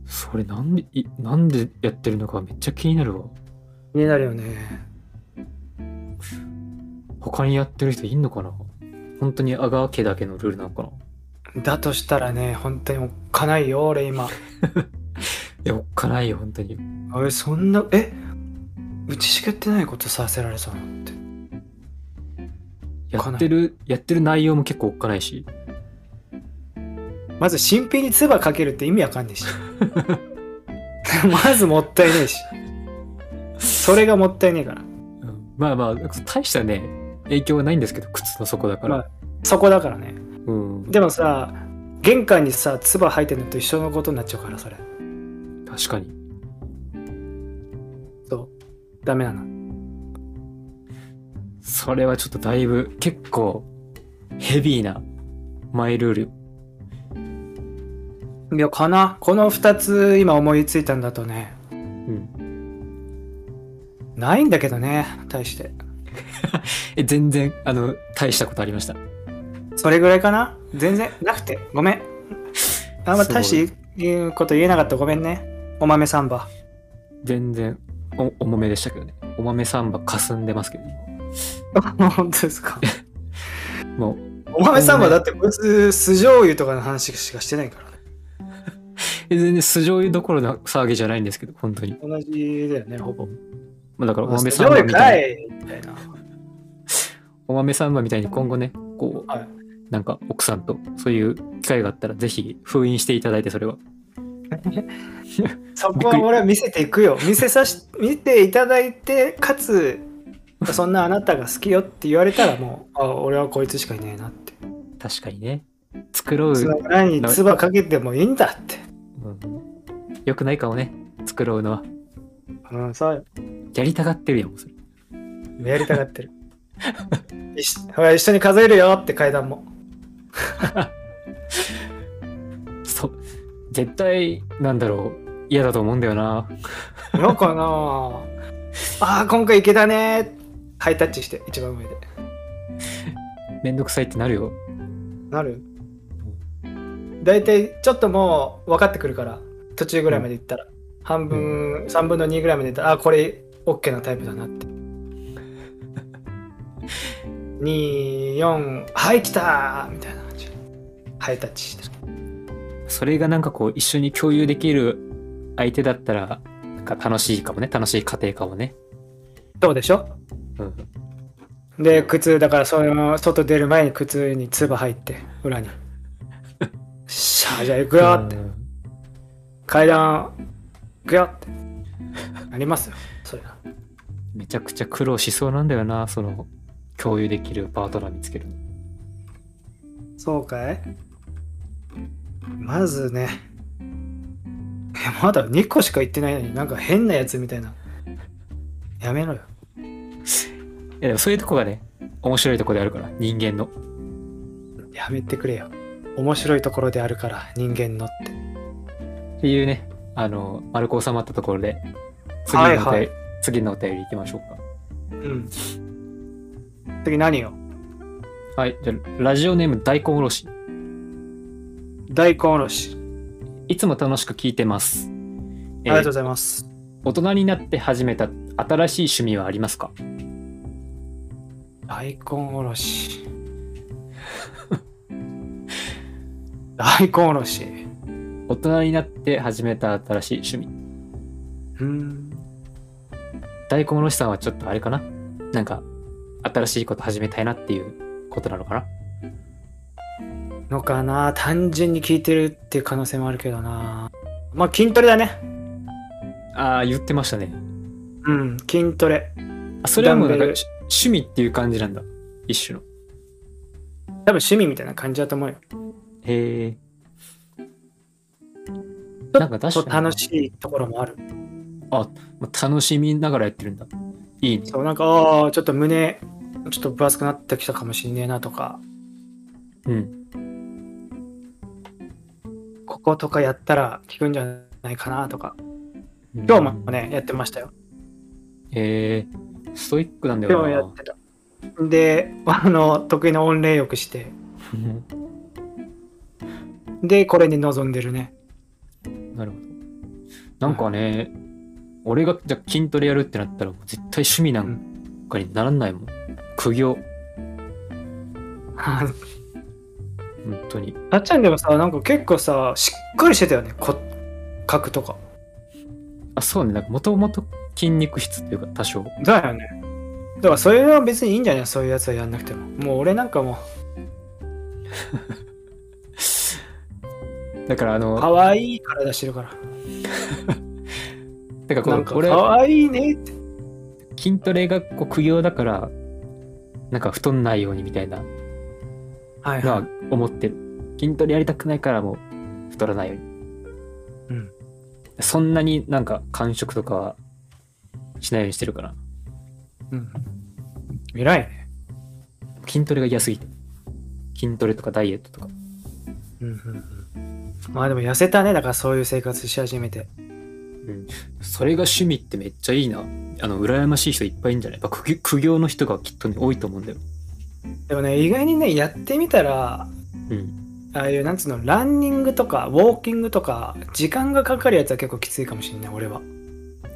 [SPEAKER 1] それなんでいなんでやってるのかめっちゃ気になるわ
[SPEAKER 2] 気になるよね
[SPEAKER 1] 他にやってる人いんのかな本当に阿川家だけのルールなのかない
[SPEAKER 2] だとしたらね本当におっかないよ俺今
[SPEAKER 1] やおっかないよ本当に
[SPEAKER 2] あれそんなえうちしかやってないことさせられそうなんて
[SPEAKER 1] やってるやってる内容も結構おっかないし
[SPEAKER 2] まず新品に唾かけるって意味わかんねえしまずもったいねえしそれがもったいねえから
[SPEAKER 1] うんまあまあ大したね影響はないんですけど靴の底だから、
[SPEAKER 2] まあそこだからね
[SPEAKER 1] うん
[SPEAKER 2] でもさ玄関にさ唾吐いてんのと一緒のことになっちゃうからそれ
[SPEAKER 1] 確かに
[SPEAKER 2] そうダメなの
[SPEAKER 1] それはちょっとだいぶ結構ヘビーなマイルール
[SPEAKER 2] いやかなこの2つ今思いついたんだとね
[SPEAKER 1] うん
[SPEAKER 2] ないんだけどね対して
[SPEAKER 1] え全然あの大したことありました
[SPEAKER 2] それぐらいかな全然なくてごめんあんます
[SPEAKER 1] ごい
[SPEAKER 2] 大して言うこと言えなかったごめんねお豆サ ンバ
[SPEAKER 1] 全然お重めでしたけどねお豆サンバかすんでますけどね
[SPEAKER 2] 本当ですか
[SPEAKER 1] もう
[SPEAKER 2] お豆サンバだってこいつ酢醤油とかの話しかしてないからね
[SPEAKER 1] え全然素性どころの騒ぎじゃないんですけど本当に、
[SPEAKER 2] 同じだよねほぼ
[SPEAKER 1] まあ、だからお豆
[SPEAKER 2] 酢
[SPEAKER 1] サン
[SPEAKER 2] 醤
[SPEAKER 1] バみ
[SPEAKER 2] 油
[SPEAKER 1] た
[SPEAKER 2] か
[SPEAKER 1] いに
[SPEAKER 2] いみたいな
[SPEAKER 1] お豆サンバみたいに今後ねこう、
[SPEAKER 2] はい
[SPEAKER 1] なんか奥さんとそういう機会があったらぜひ封印していただいてそれは
[SPEAKER 2] そこは俺は見せてい くよ。見せさし、見ていただいて、かつ、そんなあなたが好きよって言われたらもう、あ、俺はこいつしかいねえなって。
[SPEAKER 1] 確かにね作ろう、
[SPEAKER 2] その裏に唾かけてもいいんだって。
[SPEAKER 1] うん、よくないかもね作ろうのは
[SPEAKER 2] うん、そう
[SPEAKER 1] やりたがってるやんもうそれ
[SPEAKER 2] やりたがってる。 一緒ほら一緒に数えるよって階段も。
[SPEAKER 1] そう絶対なんだろう嫌だと思うんだよな
[SPEAKER 2] どうかなああ、今回いけたねハイタッチして、一番上で。
[SPEAKER 1] めんどくさいってなるよ
[SPEAKER 2] なる大体ちょっともう分かってくるから途中ぐらいまでいったら、半分、3分の2ぐらいまでいったらあこれ OK なタイプだなって24はい来たーみたいな感じハイタッチして
[SPEAKER 1] それがなんかこう一緒に共有できる相手だったらなんか楽しいかもね楽しい家庭かもね
[SPEAKER 2] どうでしょ
[SPEAKER 1] うん
[SPEAKER 2] で靴だからその外出る前に靴に唾入って裏 によっしゃあじゃあ行くよーって、
[SPEAKER 1] うん
[SPEAKER 2] 階段行くよってありますよそれが
[SPEAKER 1] めちゃくちゃ苦労しそうなんだよなその共有できるパートナー見つけるの
[SPEAKER 2] そうかいまずねえまだ2個しか言ってないのになんか変なやつみたいなやめろよ
[SPEAKER 1] いやでもそういうとこがね面白いとこであるから人間の
[SPEAKER 2] やめてくれよ面白いところであるから人間のって
[SPEAKER 1] っていうねあの丸く収まったところで次のお便り、
[SPEAKER 2] はいはい
[SPEAKER 1] 次のお便り行きましょう
[SPEAKER 2] うん次何よ
[SPEAKER 1] かはいじゃあラジオネーム大根おろし
[SPEAKER 2] 大根おろし
[SPEAKER 1] いつも楽しく聞いてますえ
[SPEAKER 2] あり
[SPEAKER 1] ー
[SPEAKER 2] がとうございます、
[SPEAKER 1] 大人になって始めた新しい趣味はありますか
[SPEAKER 2] 大根おろし 大根おろし
[SPEAKER 1] 大人になって始めた新しい趣味
[SPEAKER 2] うん
[SPEAKER 1] 大根おろしさんはちょっとあれかななんか新しいこと始めたいなっていうことなのかな
[SPEAKER 2] のかな単純に聞いてるっていう可能性もあるけどなまあ筋トレだね
[SPEAKER 1] ああ言ってましたね
[SPEAKER 2] うん筋トレ
[SPEAKER 1] あそれはもうなんか
[SPEAKER 2] ダンベル
[SPEAKER 1] し趣味っていう感じなんだ一種の
[SPEAKER 2] 多分趣味みたいな感じだと思うよ
[SPEAKER 1] へえ
[SPEAKER 2] ちょ
[SPEAKER 1] なんか確かに
[SPEAKER 2] 楽しいところもある
[SPEAKER 1] 楽しみながらやってるんだいいね
[SPEAKER 2] そうなんかああちょっと胸ちょっと分厚くなってきたかもしんねえなとか
[SPEAKER 1] うん
[SPEAKER 2] こことかやったら効くんじゃないかなとか今日もねやってましたよ
[SPEAKER 1] へえストイックなんだ
[SPEAKER 2] 今日もや
[SPEAKER 1] よ
[SPEAKER 2] ってたであの得意の御礼浴して
[SPEAKER 1] な
[SPEAKER 2] でこれに臨んでるね
[SPEAKER 1] なるほどなんかね、俺がじゃあ筋トレやるってなったらもう絶対趣味なんかにならないもん、苦行
[SPEAKER 2] あ
[SPEAKER 1] 本当に
[SPEAKER 2] っちゃんでもさなんか結構さしっかりしてたよねこ角とか
[SPEAKER 1] あそうねなんかもともと筋肉質っていうか多少
[SPEAKER 2] だよね。だからそれは別にいいんじゃないそういうやつはやんなくても。もう俺なんかも
[SPEAKER 1] だからあ
[SPEAKER 2] う、
[SPEAKER 1] の
[SPEAKER 2] 可愛い体してるから。
[SPEAKER 1] だからこ
[SPEAKER 2] なん
[SPEAKER 1] う
[SPEAKER 2] か
[SPEAKER 1] 俺
[SPEAKER 2] 可愛いねって。
[SPEAKER 1] 筋トレがこう苦行だからなんか太んないようにみたいな
[SPEAKER 2] はい
[SPEAKER 1] の
[SPEAKER 2] は
[SPEAKER 1] は思ってる筋トレやりたくないからもう太らないように
[SPEAKER 2] うん
[SPEAKER 1] そんなになんか間食とかはしないようにしてるから
[SPEAKER 2] うん。偉いね。
[SPEAKER 1] 筋トレが嫌すぎて筋トレとかダイエットとか
[SPEAKER 2] うんうんうん。まあでも痩せたね、だからそういう生活し始めて。
[SPEAKER 1] それが趣味ってめっちゃいいなあの羨ましい人いっぱいいるんじゃないやっぱ苦行苦行の人がきっとね多いと思うんだよ
[SPEAKER 2] でもね、意外にね、やってみたら、
[SPEAKER 1] うん
[SPEAKER 2] ああいう、なんつうの、ランニングとか、ウォーキングとか、時間がかかるやつは結構きついかもしれない、俺は。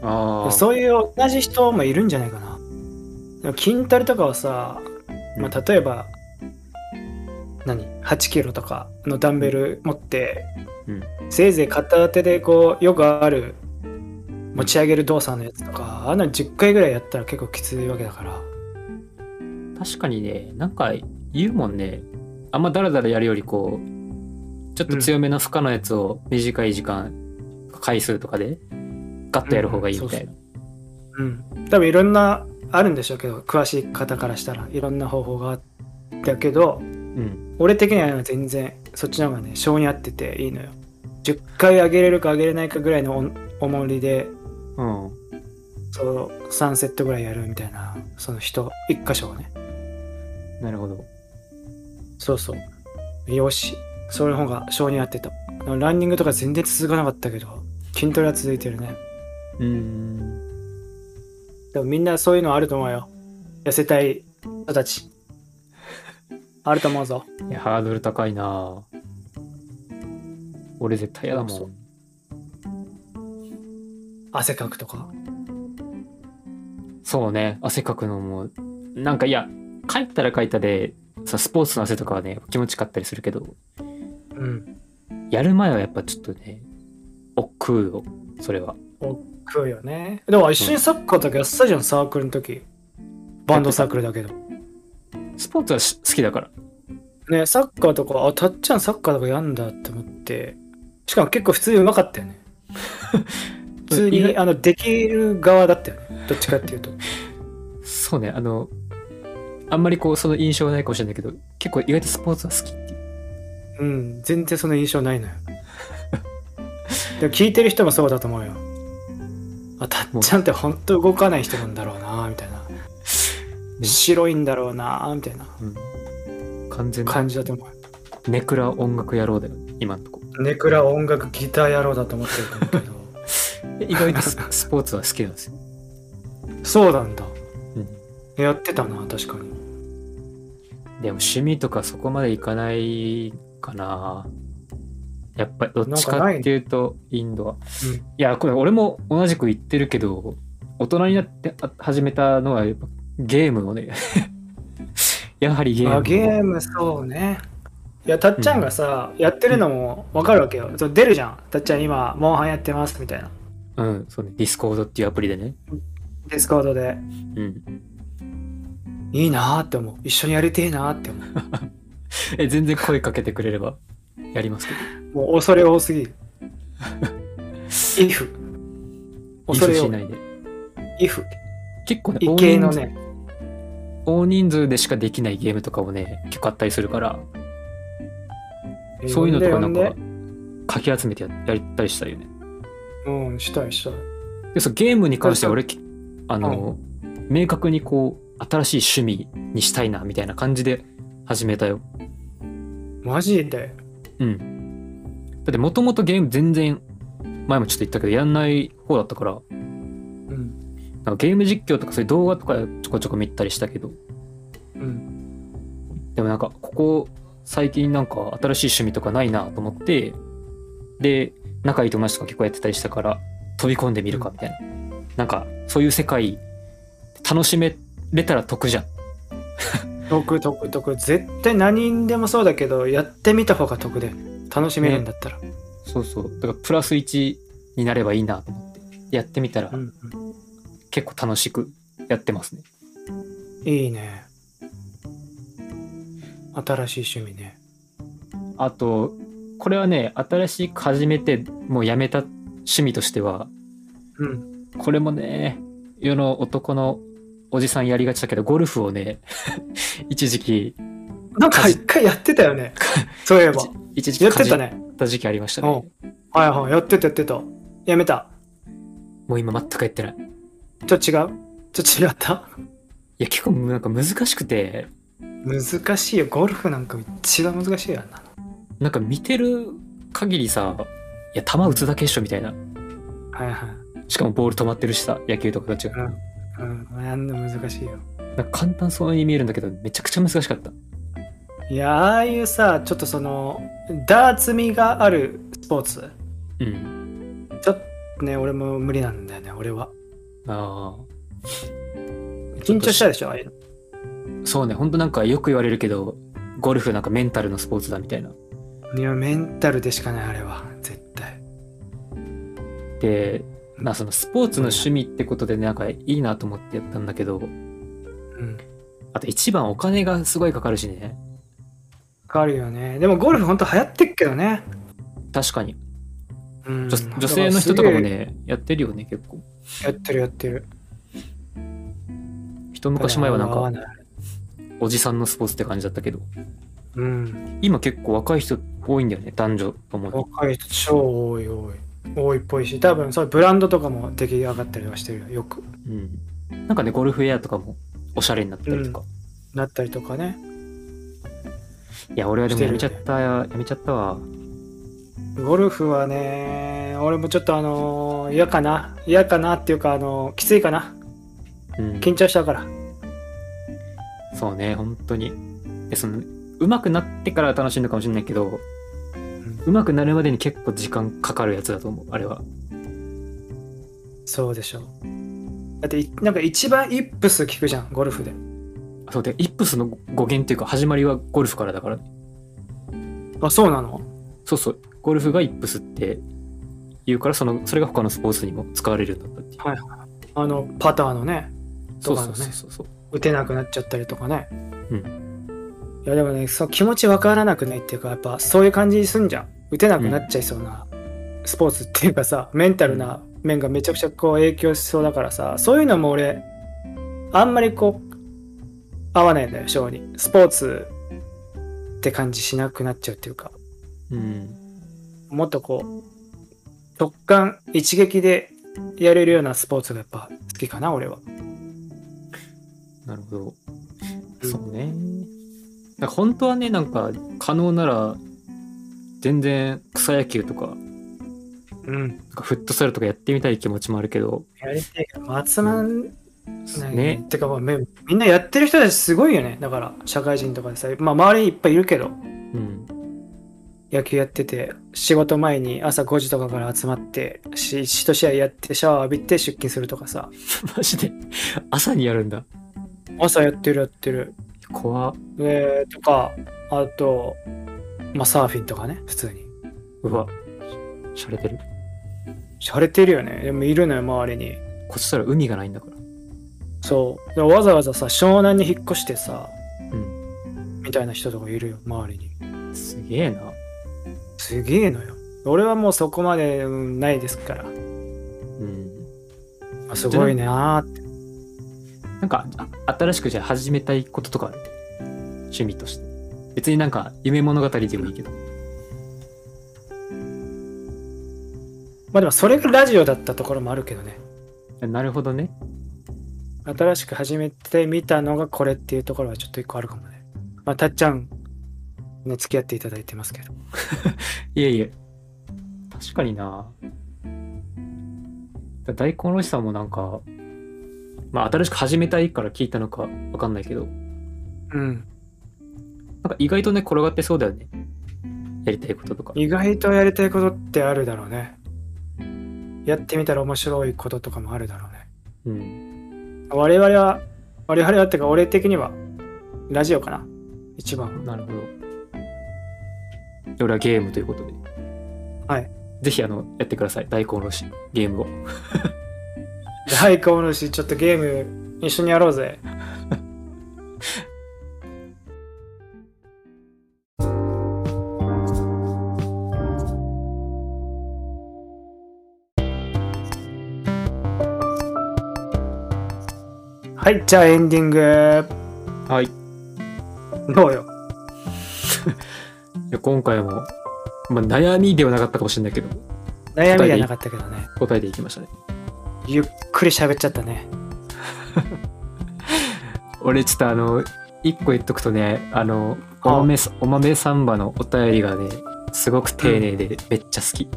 [SPEAKER 1] ああ
[SPEAKER 2] そういう同じ人もいるんじゃないかな。でも筋トレとかはさ、まあ、例えば、何 ?8 キロとかのダンベル持って、
[SPEAKER 1] うん
[SPEAKER 2] せいぜい片手でこう、よくある持ち上げる動作のやつとか、あんなの10回ぐらいやったら結構きついわけだから。
[SPEAKER 1] 確かにねなんか言うもんねあんまダラダラやるよりこうちょっと強めの負荷のやつを短い時間回数とかでガッとやる方がいいみたいな、
[SPEAKER 2] うん。多分いろんな、あるんでしょうけど、詳しい方からしたらいろんな方法があったけど、
[SPEAKER 1] うん
[SPEAKER 2] 俺的には全然そっちの方がね性に合ってていいのよ10回上げれるか上げれないかぐらいのお重りで
[SPEAKER 1] うん
[SPEAKER 2] そう3セットぐらいやるみたいなその人1箇所をね
[SPEAKER 1] なるほど
[SPEAKER 2] そうそうよしそれの方が性に合ってたランニングとか全然続かなかったけど筋トレは続いてるね
[SPEAKER 1] うーん
[SPEAKER 2] でもみんなそういうのあると思うよ痩せたい人たちあると思うぞ
[SPEAKER 1] いやハードル高いなぁ俺絶対嫌だも
[SPEAKER 2] そうん汗かくとか
[SPEAKER 1] そうね汗かくのもなんかいやかいたらかいたでさスポーツの汗とかはね気持ちよかったりするけど
[SPEAKER 2] うん
[SPEAKER 1] やる前はやっぱちょっとね億劫よそれは
[SPEAKER 2] 食うよねでも一緒にサッカーとかやってたじゃんサークルの時バンドサークルだけど
[SPEAKER 1] スポーツはし好きだから
[SPEAKER 2] ねサッカーとかあたっちゃんサッカーとかやんだって思ってしかも結構普通にうまかったよね普通
[SPEAKER 1] 意
[SPEAKER 2] に
[SPEAKER 1] 外
[SPEAKER 2] あのできる側だったよねどっちかっていうと
[SPEAKER 1] そうねあのあんまりこうその印象はないかもしれないけど結構意外とスポーツは好きっていう
[SPEAKER 2] うん全然その印象ないのよでも聞いてる人もそうだと思うよあたっちゃんって本当動かない人なんだろうなみたいな、白いんだろうなみたいな
[SPEAKER 1] うん完全な
[SPEAKER 2] 感じだと思う
[SPEAKER 1] ネクラ音楽野郎だよ今んとこ
[SPEAKER 2] ネクラ音楽ギター野郎だと思ってると思うけ
[SPEAKER 1] え
[SPEAKER 2] ど
[SPEAKER 1] 意外とス スポーツは好きなんですよ、
[SPEAKER 2] そうなんだ
[SPEAKER 1] うん
[SPEAKER 2] やってたな確かに
[SPEAKER 1] でも趣味とかそこまでいかないかなやっぱりどっちかっていうとインドは
[SPEAKER 2] うん
[SPEAKER 1] いやこれ俺も同じく言ってるけど大人になってあ始めたのはやっぱゲームをね やはりゲーム
[SPEAKER 2] あゲームそうねいやたっちゃんがさ、やってるのも分かるわけよそう出るじゃんたっちゃん今モンハンやってますみたいな
[SPEAKER 1] うん、そうね。ディスコードっていうアプリでね。
[SPEAKER 2] ディスコードで
[SPEAKER 1] うん。
[SPEAKER 2] いいなーって思う一緒にやりてえなーって思う
[SPEAKER 1] え、全然声かけてくれれば、やりますけど。
[SPEAKER 2] もう恐れ多すぎる if 恐れ
[SPEAKER 1] いい年
[SPEAKER 2] 多い
[SPEAKER 1] しないで。
[SPEAKER 2] if
[SPEAKER 1] 結構ね、
[SPEAKER 2] 異
[SPEAKER 1] 大
[SPEAKER 2] 形
[SPEAKER 1] 人
[SPEAKER 2] の
[SPEAKER 1] 数
[SPEAKER 2] ね
[SPEAKER 1] 大人数でしかできないゲームとかをね、結構あったりするから、そういうのとかなん
[SPEAKER 2] 呼
[SPEAKER 1] か
[SPEAKER 2] で呼で、
[SPEAKER 1] かき集めてややったりしたいよね。
[SPEAKER 2] うんしたいしたい
[SPEAKER 1] で、そう、ゲームに関しては俺、きあの、明確にこう、新しい趣味にしたいな、みたいな感じで始めたよ。
[SPEAKER 2] マジで
[SPEAKER 1] うん。だって、もともとゲーム全然、前もちょっと言ったけど、やんない方だったから、
[SPEAKER 2] うん
[SPEAKER 1] なんかゲーム実況とかそういう動画とかちょこちょこ見たりしたけど、
[SPEAKER 2] うん
[SPEAKER 1] でもなんかここ最近なんか新しい趣味とかないなと思ってで仲いい友達とか結構やってたりしたから飛び込んでみるかみたいな、なんかそういう世界楽しめれたら得じゃん
[SPEAKER 2] 得得得絶対何にでもそうだけどやってみた方が得で楽しめるんだったら、
[SPEAKER 1] そうそうだからプラス1になればいいなと思ってやってみたら
[SPEAKER 2] うんうん
[SPEAKER 1] 結構楽しくやってますね、
[SPEAKER 2] いいね。新しい趣味ね。
[SPEAKER 1] あとこれはね新しく始めてもうやめた趣味としては
[SPEAKER 2] うん。
[SPEAKER 1] これもね、世の男のおじさんやりがちだけど、ゴル フをね、一時期、
[SPEAKER 2] なんか一回やってたよね。そういえば。
[SPEAKER 1] 一時期
[SPEAKER 2] やって
[SPEAKER 1] かじ
[SPEAKER 2] た
[SPEAKER 1] っ
[SPEAKER 2] ね。
[SPEAKER 1] た時期ありました
[SPEAKER 2] う
[SPEAKER 1] ね
[SPEAKER 2] ん。はいはい、やってたやってた。やめた。
[SPEAKER 1] もう今全くやってないい
[SPEAKER 2] ちょっと違うちょっと違った
[SPEAKER 1] や結構なんか難しくて
[SPEAKER 2] 難しいよ。ゴルフなんか一番難しいやんな。
[SPEAKER 1] なんか見てる限りさいや球打つだけっしょみたいな
[SPEAKER 2] はいはい。
[SPEAKER 1] しかもボール止まってるしさ野球とかと違う
[SPEAKER 2] うん、やんの難しいよ。
[SPEAKER 1] なんか簡単そうに見えるんだけどめちゃくちゃ難しかった
[SPEAKER 2] いや、ああいうさ、ちょっとその、ダーツ味があるスポーツ。
[SPEAKER 1] うん
[SPEAKER 2] ちょっとね、俺も無理なんだよね、俺は。
[SPEAKER 1] あ
[SPEAKER 2] 緊張したでしょ、ああいうの。
[SPEAKER 1] あそうねほんとなんかよく言われるけどゴルフなんかメンタルのスポーツだみたいない
[SPEAKER 2] や、メンタルでしかない、あれは。絶対。
[SPEAKER 1] でまあそのスポーツの趣味ってことでねなんかいいなと思ってやったんだけど
[SPEAKER 2] うん。
[SPEAKER 1] あと一番お金がすごいかかるしね
[SPEAKER 2] 変わるよね。でもゴルフほんと流行ってっけどね。
[SPEAKER 1] 確かに
[SPEAKER 2] うん、
[SPEAKER 1] 女女性の人とかも
[SPEAKER 2] だら
[SPEAKER 1] ねやってるよね結構
[SPEAKER 2] すげえ。やってるやってる。
[SPEAKER 1] 一昔前はなん
[SPEAKER 2] 合わ
[SPEAKER 1] か
[SPEAKER 2] ない
[SPEAKER 1] おじさんのスポーツって感じだったけど
[SPEAKER 2] うん。
[SPEAKER 1] 今結構若い人多いんだよね男女ともに
[SPEAKER 2] 若い人超多い多い。多いっぽいし、多分そうブランドとかも出来上がったりはしてるよ。よく。
[SPEAKER 1] うんなんかねゴルフウェアとかもおしゃれになったりとか、
[SPEAKER 2] なったりとかね。
[SPEAKER 1] いや俺はでもやめちゃったやめちゃったわ
[SPEAKER 2] ゴルフはね、俺もちょっとあのー嫌かな。嫌かなっていうか、あのーきついかな。
[SPEAKER 1] うん
[SPEAKER 2] 緊張したから。
[SPEAKER 1] そうね本当にでその上手くなってから楽しんだかもしれないけど、上手くなるまでに結構時間かかるやつだと思うあれは
[SPEAKER 2] そうでしょう。だってい、なんか一番イップス聞くじゃん、ゴルフで。
[SPEAKER 1] そうでイップスの語源っていうか始まりはゴルフからだからね
[SPEAKER 2] あ、そうなの
[SPEAKER 1] そうそうゴルフがイップスって言うからそのそれが他のスポーツにも使われるようになったっていう、
[SPEAKER 2] はいあの、パターのね、
[SPEAKER 1] そ
[SPEAKER 2] そう
[SPEAKER 1] そ
[SPEAKER 2] うそうう
[SPEAKER 1] そ
[SPEAKER 2] そうう
[SPEAKER 1] そう
[SPEAKER 2] 打てなくなっちゃったりとかね。
[SPEAKER 1] う
[SPEAKER 2] いや、でもね、その気持ちわからなくないっていうか、やっぱそういう感じにすんじゃん。打てなくなっちゃいそうなスポーツっていうかさ、メンタルな面がめちゃくちゃこう影響しそうだからさ、そういうのも俺、あんまりこう、合わないんだよ、性に。スポーツって感じしなくなっちゃうっていうか。
[SPEAKER 1] うん
[SPEAKER 2] もっとこう、直感、一撃でやれるようなスポーツがやっぱ好きかな、俺は。
[SPEAKER 1] なるほど、
[SPEAKER 2] うん
[SPEAKER 1] そうねだから本当はねなんか可能なら全然草野球とか
[SPEAKER 2] うん。
[SPEAKER 1] なんかフットサルとかやってみたい気持ちもあるけど
[SPEAKER 2] やりたいけど、集まんない。
[SPEAKER 1] ね
[SPEAKER 2] てかもうめ、みんなやってる人たちすごいよね。だから、社会人とかでさ、まあ、周りいっぱいいるけど、
[SPEAKER 1] うん
[SPEAKER 2] 野球やってて、仕事前に朝5時とかから集まって、し一試合やって、シャワー浴びて出勤するとかさ、
[SPEAKER 1] マジで朝にやるんだ
[SPEAKER 2] 朝やってるやってる。
[SPEAKER 1] 怖っ
[SPEAKER 2] えー、とか、あと、まあ、サーフィンとかね、普通に。
[SPEAKER 1] うわしゃれてる
[SPEAKER 2] 洒落てるよね。でもいるのよ、周りに。
[SPEAKER 1] こっちたら海がないんだから
[SPEAKER 2] そう。だからわざわざさ、湘南に引っ越してさ、
[SPEAKER 1] うん
[SPEAKER 2] みたいな人とかいるよ、周りに。
[SPEAKER 1] すげえな
[SPEAKER 2] すげえのよ。俺はもうそこまで、うんないですから。
[SPEAKER 1] うん
[SPEAKER 2] あすごいなーって。
[SPEAKER 1] なんかあ新しくじゃあ始めたいこととかある趣味として別になんか夢物語でもいいけど
[SPEAKER 2] まあでもそれがラジオだったところもあるけどね。
[SPEAKER 1] なるほどね
[SPEAKER 2] 新しく始めてみたのがこれっていうところはちょっと一個あるかもね。まあ、たっちゃん、ね、付き合っていただいてますけど。
[SPEAKER 1] いえいえ確かになだ大根おろしさんもなんかまあ新しく始めたいから聞いたのかわかんないけど
[SPEAKER 2] うん。
[SPEAKER 1] なんか意外とね、転がってそうだよね。やりたいこととか。
[SPEAKER 2] 意外とやりたいことってあるだろうね。やってみたら面白いこととかもあるだろうね。
[SPEAKER 1] うん。
[SPEAKER 2] 我々は、我々はってか俺的には、ラジオかな。一番。
[SPEAKER 1] なるほど。で俺はゲームということで。
[SPEAKER 2] はい。
[SPEAKER 1] ぜひ、あの、やってください。大根おろし、ゲームを。
[SPEAKER 2] 大根おろし、ちょっとゲーム一緒にやろうぜ。はい、じゃあエンディング。
[SPEAKER 1] はい。い
[SPEAKER 2] どうよ。
[SPEAKER 1] や今回もまあ、悩みではなかったかもしれないけど
[SPEAKER 2] 悩みではなかったけどね
[SPEAKER 1] 答えていきましたね
[SPEAKER 2] ゆっくり喋っちゃったね
[SPEAKER 1] 俺ちょっとあの一個言っとくとねあのお豆さお豆サンバのお便りがねすごく丁寧でめっちゃ好き、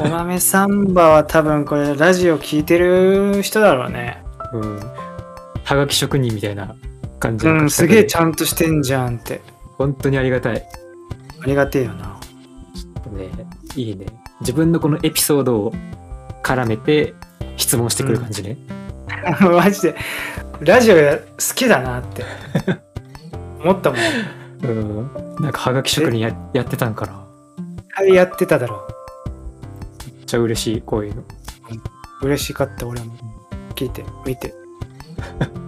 [SPEAKER 2] お豆サンバは多分これラジオ聞いてる人だろうね
[SPEAKER 1] うん、はがき職人みたいな感じ
[SPEAKER 2] う
[SPEAKER 1] の
[SPEAKER 2] ん
[SPEAKER 1] 方
[SPEAKER 2] す
[SPEAKER 1] で
[SPEAKER 2] げえちゃんとしてんじゃんって
[SPEAKER 1] 本当にありがたい
[SPEAKER 2] ありがてえよな
[SPEAKER 1] ねいいね自分のこのエピソードを絡めて質問してくる感じね、
[SPEAKER 2] マジでラジオや好きだなって 思ったもん
[SPEAKER 1] う
[SPEAKER 2] 一
[SPEAKER 1] んなんかはがき職人ややってたんかな
[SPEAKER 2] 回やってただろ
[SPEAKER 1] めっちゃ嬉しいこういうの
[SPEAKER 2] う嬉しかった俺も聞いて見て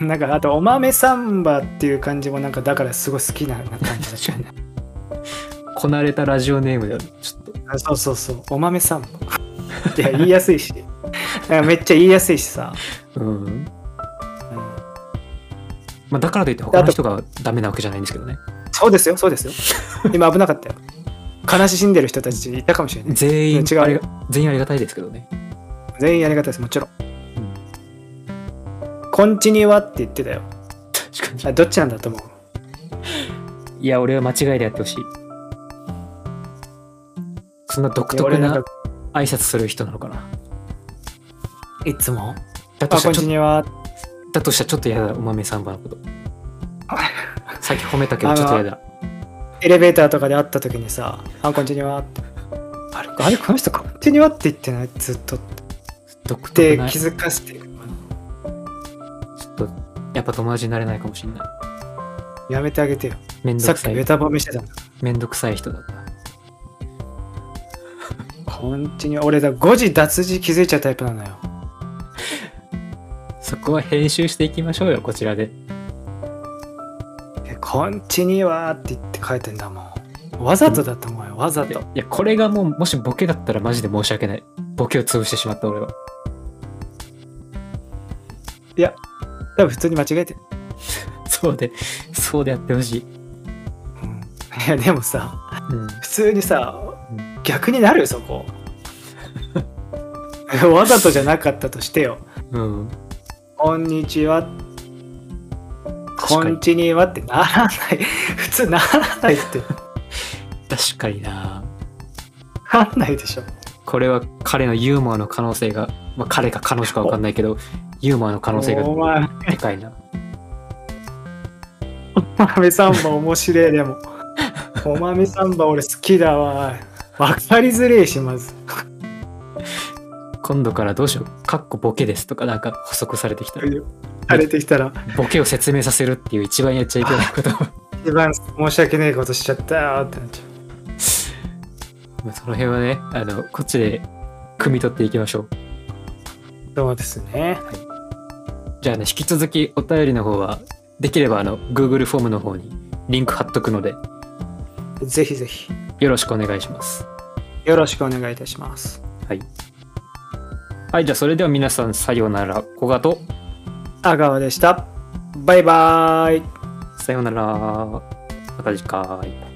[SPEAKER 2] なんかあと「お豆サンバ」っていう感じもなんかだからすごい好きなな感じだったよ ね
[SPEAKER 1] こなれたラジオネームだよちょっと
[SPEAKER 2] あそうそうそう「お豆サンバ」いや言いやすいしなんかめっちゃ言いやすいしさ、
[SPEAKER 1] うん
[SPEAKER 2] うん
[SPEAKER 1] まあ、だからといって他の人がダメなわけじゃないんですけどね
[SPEAKER 2] そうですよそ うですよ今危なかったよ悲しんでる人たちいたかもしれない
[SPEAKER 1] 全員
[SPEAKER 2] 違う
[SPEAKER 1] ありが全員ありがたいですけどね、
[SPEAKER 2] 全員ありがたいですもちろん
[SPEAKER 1] うん、
[SPEAKER 2] 「こんちには」って言ってたよ
[SPEAKER 1] 確か
[SPEAKER 2] あどっちなんだと思う
[SPEAKER 1] にいや俺は間違いでやってほしいそんな独
[SPEAKER 2] いや
[SPEAKER 1] 特
[SPEAKER 2] 俺な
[SPEAKER 1] なん
[SPEAKER 2] か
[SPEAKER 1] 挨拶する人なのかない
[SPEAKER 2] つも
[SPEAKER 1] だ
[SPEAKER 2] 「
[SPEAKER 1] と
[SPEAKER 2] あ
[SPEAKER 1] した
[SPEAKER 2] こ
[SPEAKER 1] らち
[SPEAKER 2] ん
[SPEAKER 1] ょ
[SPEAKER 2] ち
[SPEAKER 1] っと
[SPEAKER 2] には
[SPEAKER 1] だとしたらちょっと嫌だお豆サンバのこと
[SPEAKER 2] あ
[SPEAKER 1] さっき褒めたけどちょっと嫌だ」
[SPEAKER 2] エレベーターとかで会った時にさ「あこんちには」って「あれあれこの人こんちには」って言ってないずっとっ
[SPEAKER 1] 独特
[SPEAKER 2] て
[SPEAKER 1] な
[SPEAKER 2] 気づかせて
[SPEAKER 1] ちょっとやっぱ友達になれないかもしれない
[SPEAKER 2] やめてあげてよ
[SPEAKER 1] めんど
[SPEAKER 2] さっ
[SPEAKER 1] く
[SPEAKER 2] き
[SPEAKER 1] さ
[SPEAKER 2] ベ
[SPEAKER 1] い
[SPEAKER 2] タ褒めしてたんだ
[SPEAKER 1] めんどくさい人だった
[SPEAKER 2] こんちには俺だ誤字脱字気づいちゃうタイプなのよ
[SPEAKER 1] そこは編集していきましょうよこちらで
[SPEAKER 2] えこんちにはって言って書いてんだもんわざとだと思うよわざ
[SPEAKER 1] い
[SPEAKER 2] と
[SPEAKER 1] やこれがもうもしボケだったらマジで申し訳ないボケを潰してしまった俺は
[SPEAKER 2] 多分普通に間違えてる
[SPEAKER 1] そうでそうでやってほしい、
[SPEAKER 2] うんいやでもさ
[SPEAKER 1] うん、
[SPEAKER 2] 普通にさ
[SPEAKER 1] うん
[SPEAKER 2] 逆になるよそこ わざとじゃなかったとしてよ
[SPEAKER 1] うん。
[SPEAKER 2] 「こんにちは」「こ
[SPEAKER 1] 確かに
[SPEAKER 2] ん。ちには」ってならない普通ならないって
[SPEAKER 1] 確かにな。
[SPEAKER 2] ならないでしょ
[SPEAKER 1] これは彼のユーモアの可能性が、まあ、彼か彼女かわかんないけど、ユーモアの可能性が
[SPEAKER 2] お前
[SPEAKER 1] でかいな。
[SPEAKER 2] お豆サンバ面白いでもお豆サンバ俺好きだわわかりづれえしまず
[SPEAKER 1] 今度からどうしよう。かっこボケですとかなんか補足されてきたら、
[SPEAKER 2] されてきたら
[SPEAKER 1] ボケを説明させるっていう一番やっちゃいけないこと。
[SPEAKER 2] 一番申し訳ねえことしちゃったよってなっちゃ
[SPEAKER 1] まあその辺はね、あの、こっちで汲み取っていきましょう。
[SPEAKER 2] うそうですね
[SPEAKER 1] じゃあね、引き続きお便りの方は、できればあの、Google フォームの方にリンク貼っとくので、
[SPEAKER 2] ぜひぜひ
[SPEAKER 1] よろしくお願いします。
[SPEAKER 2] よろしくお願いいたします
[SPEAKER 1] はい。はい、じゃあそれでは皆さんさようなら。小賀と、
[SPEAKER 2] 阿川でしたバイバーイ
[SPEAKER 1] さようなら。また次回。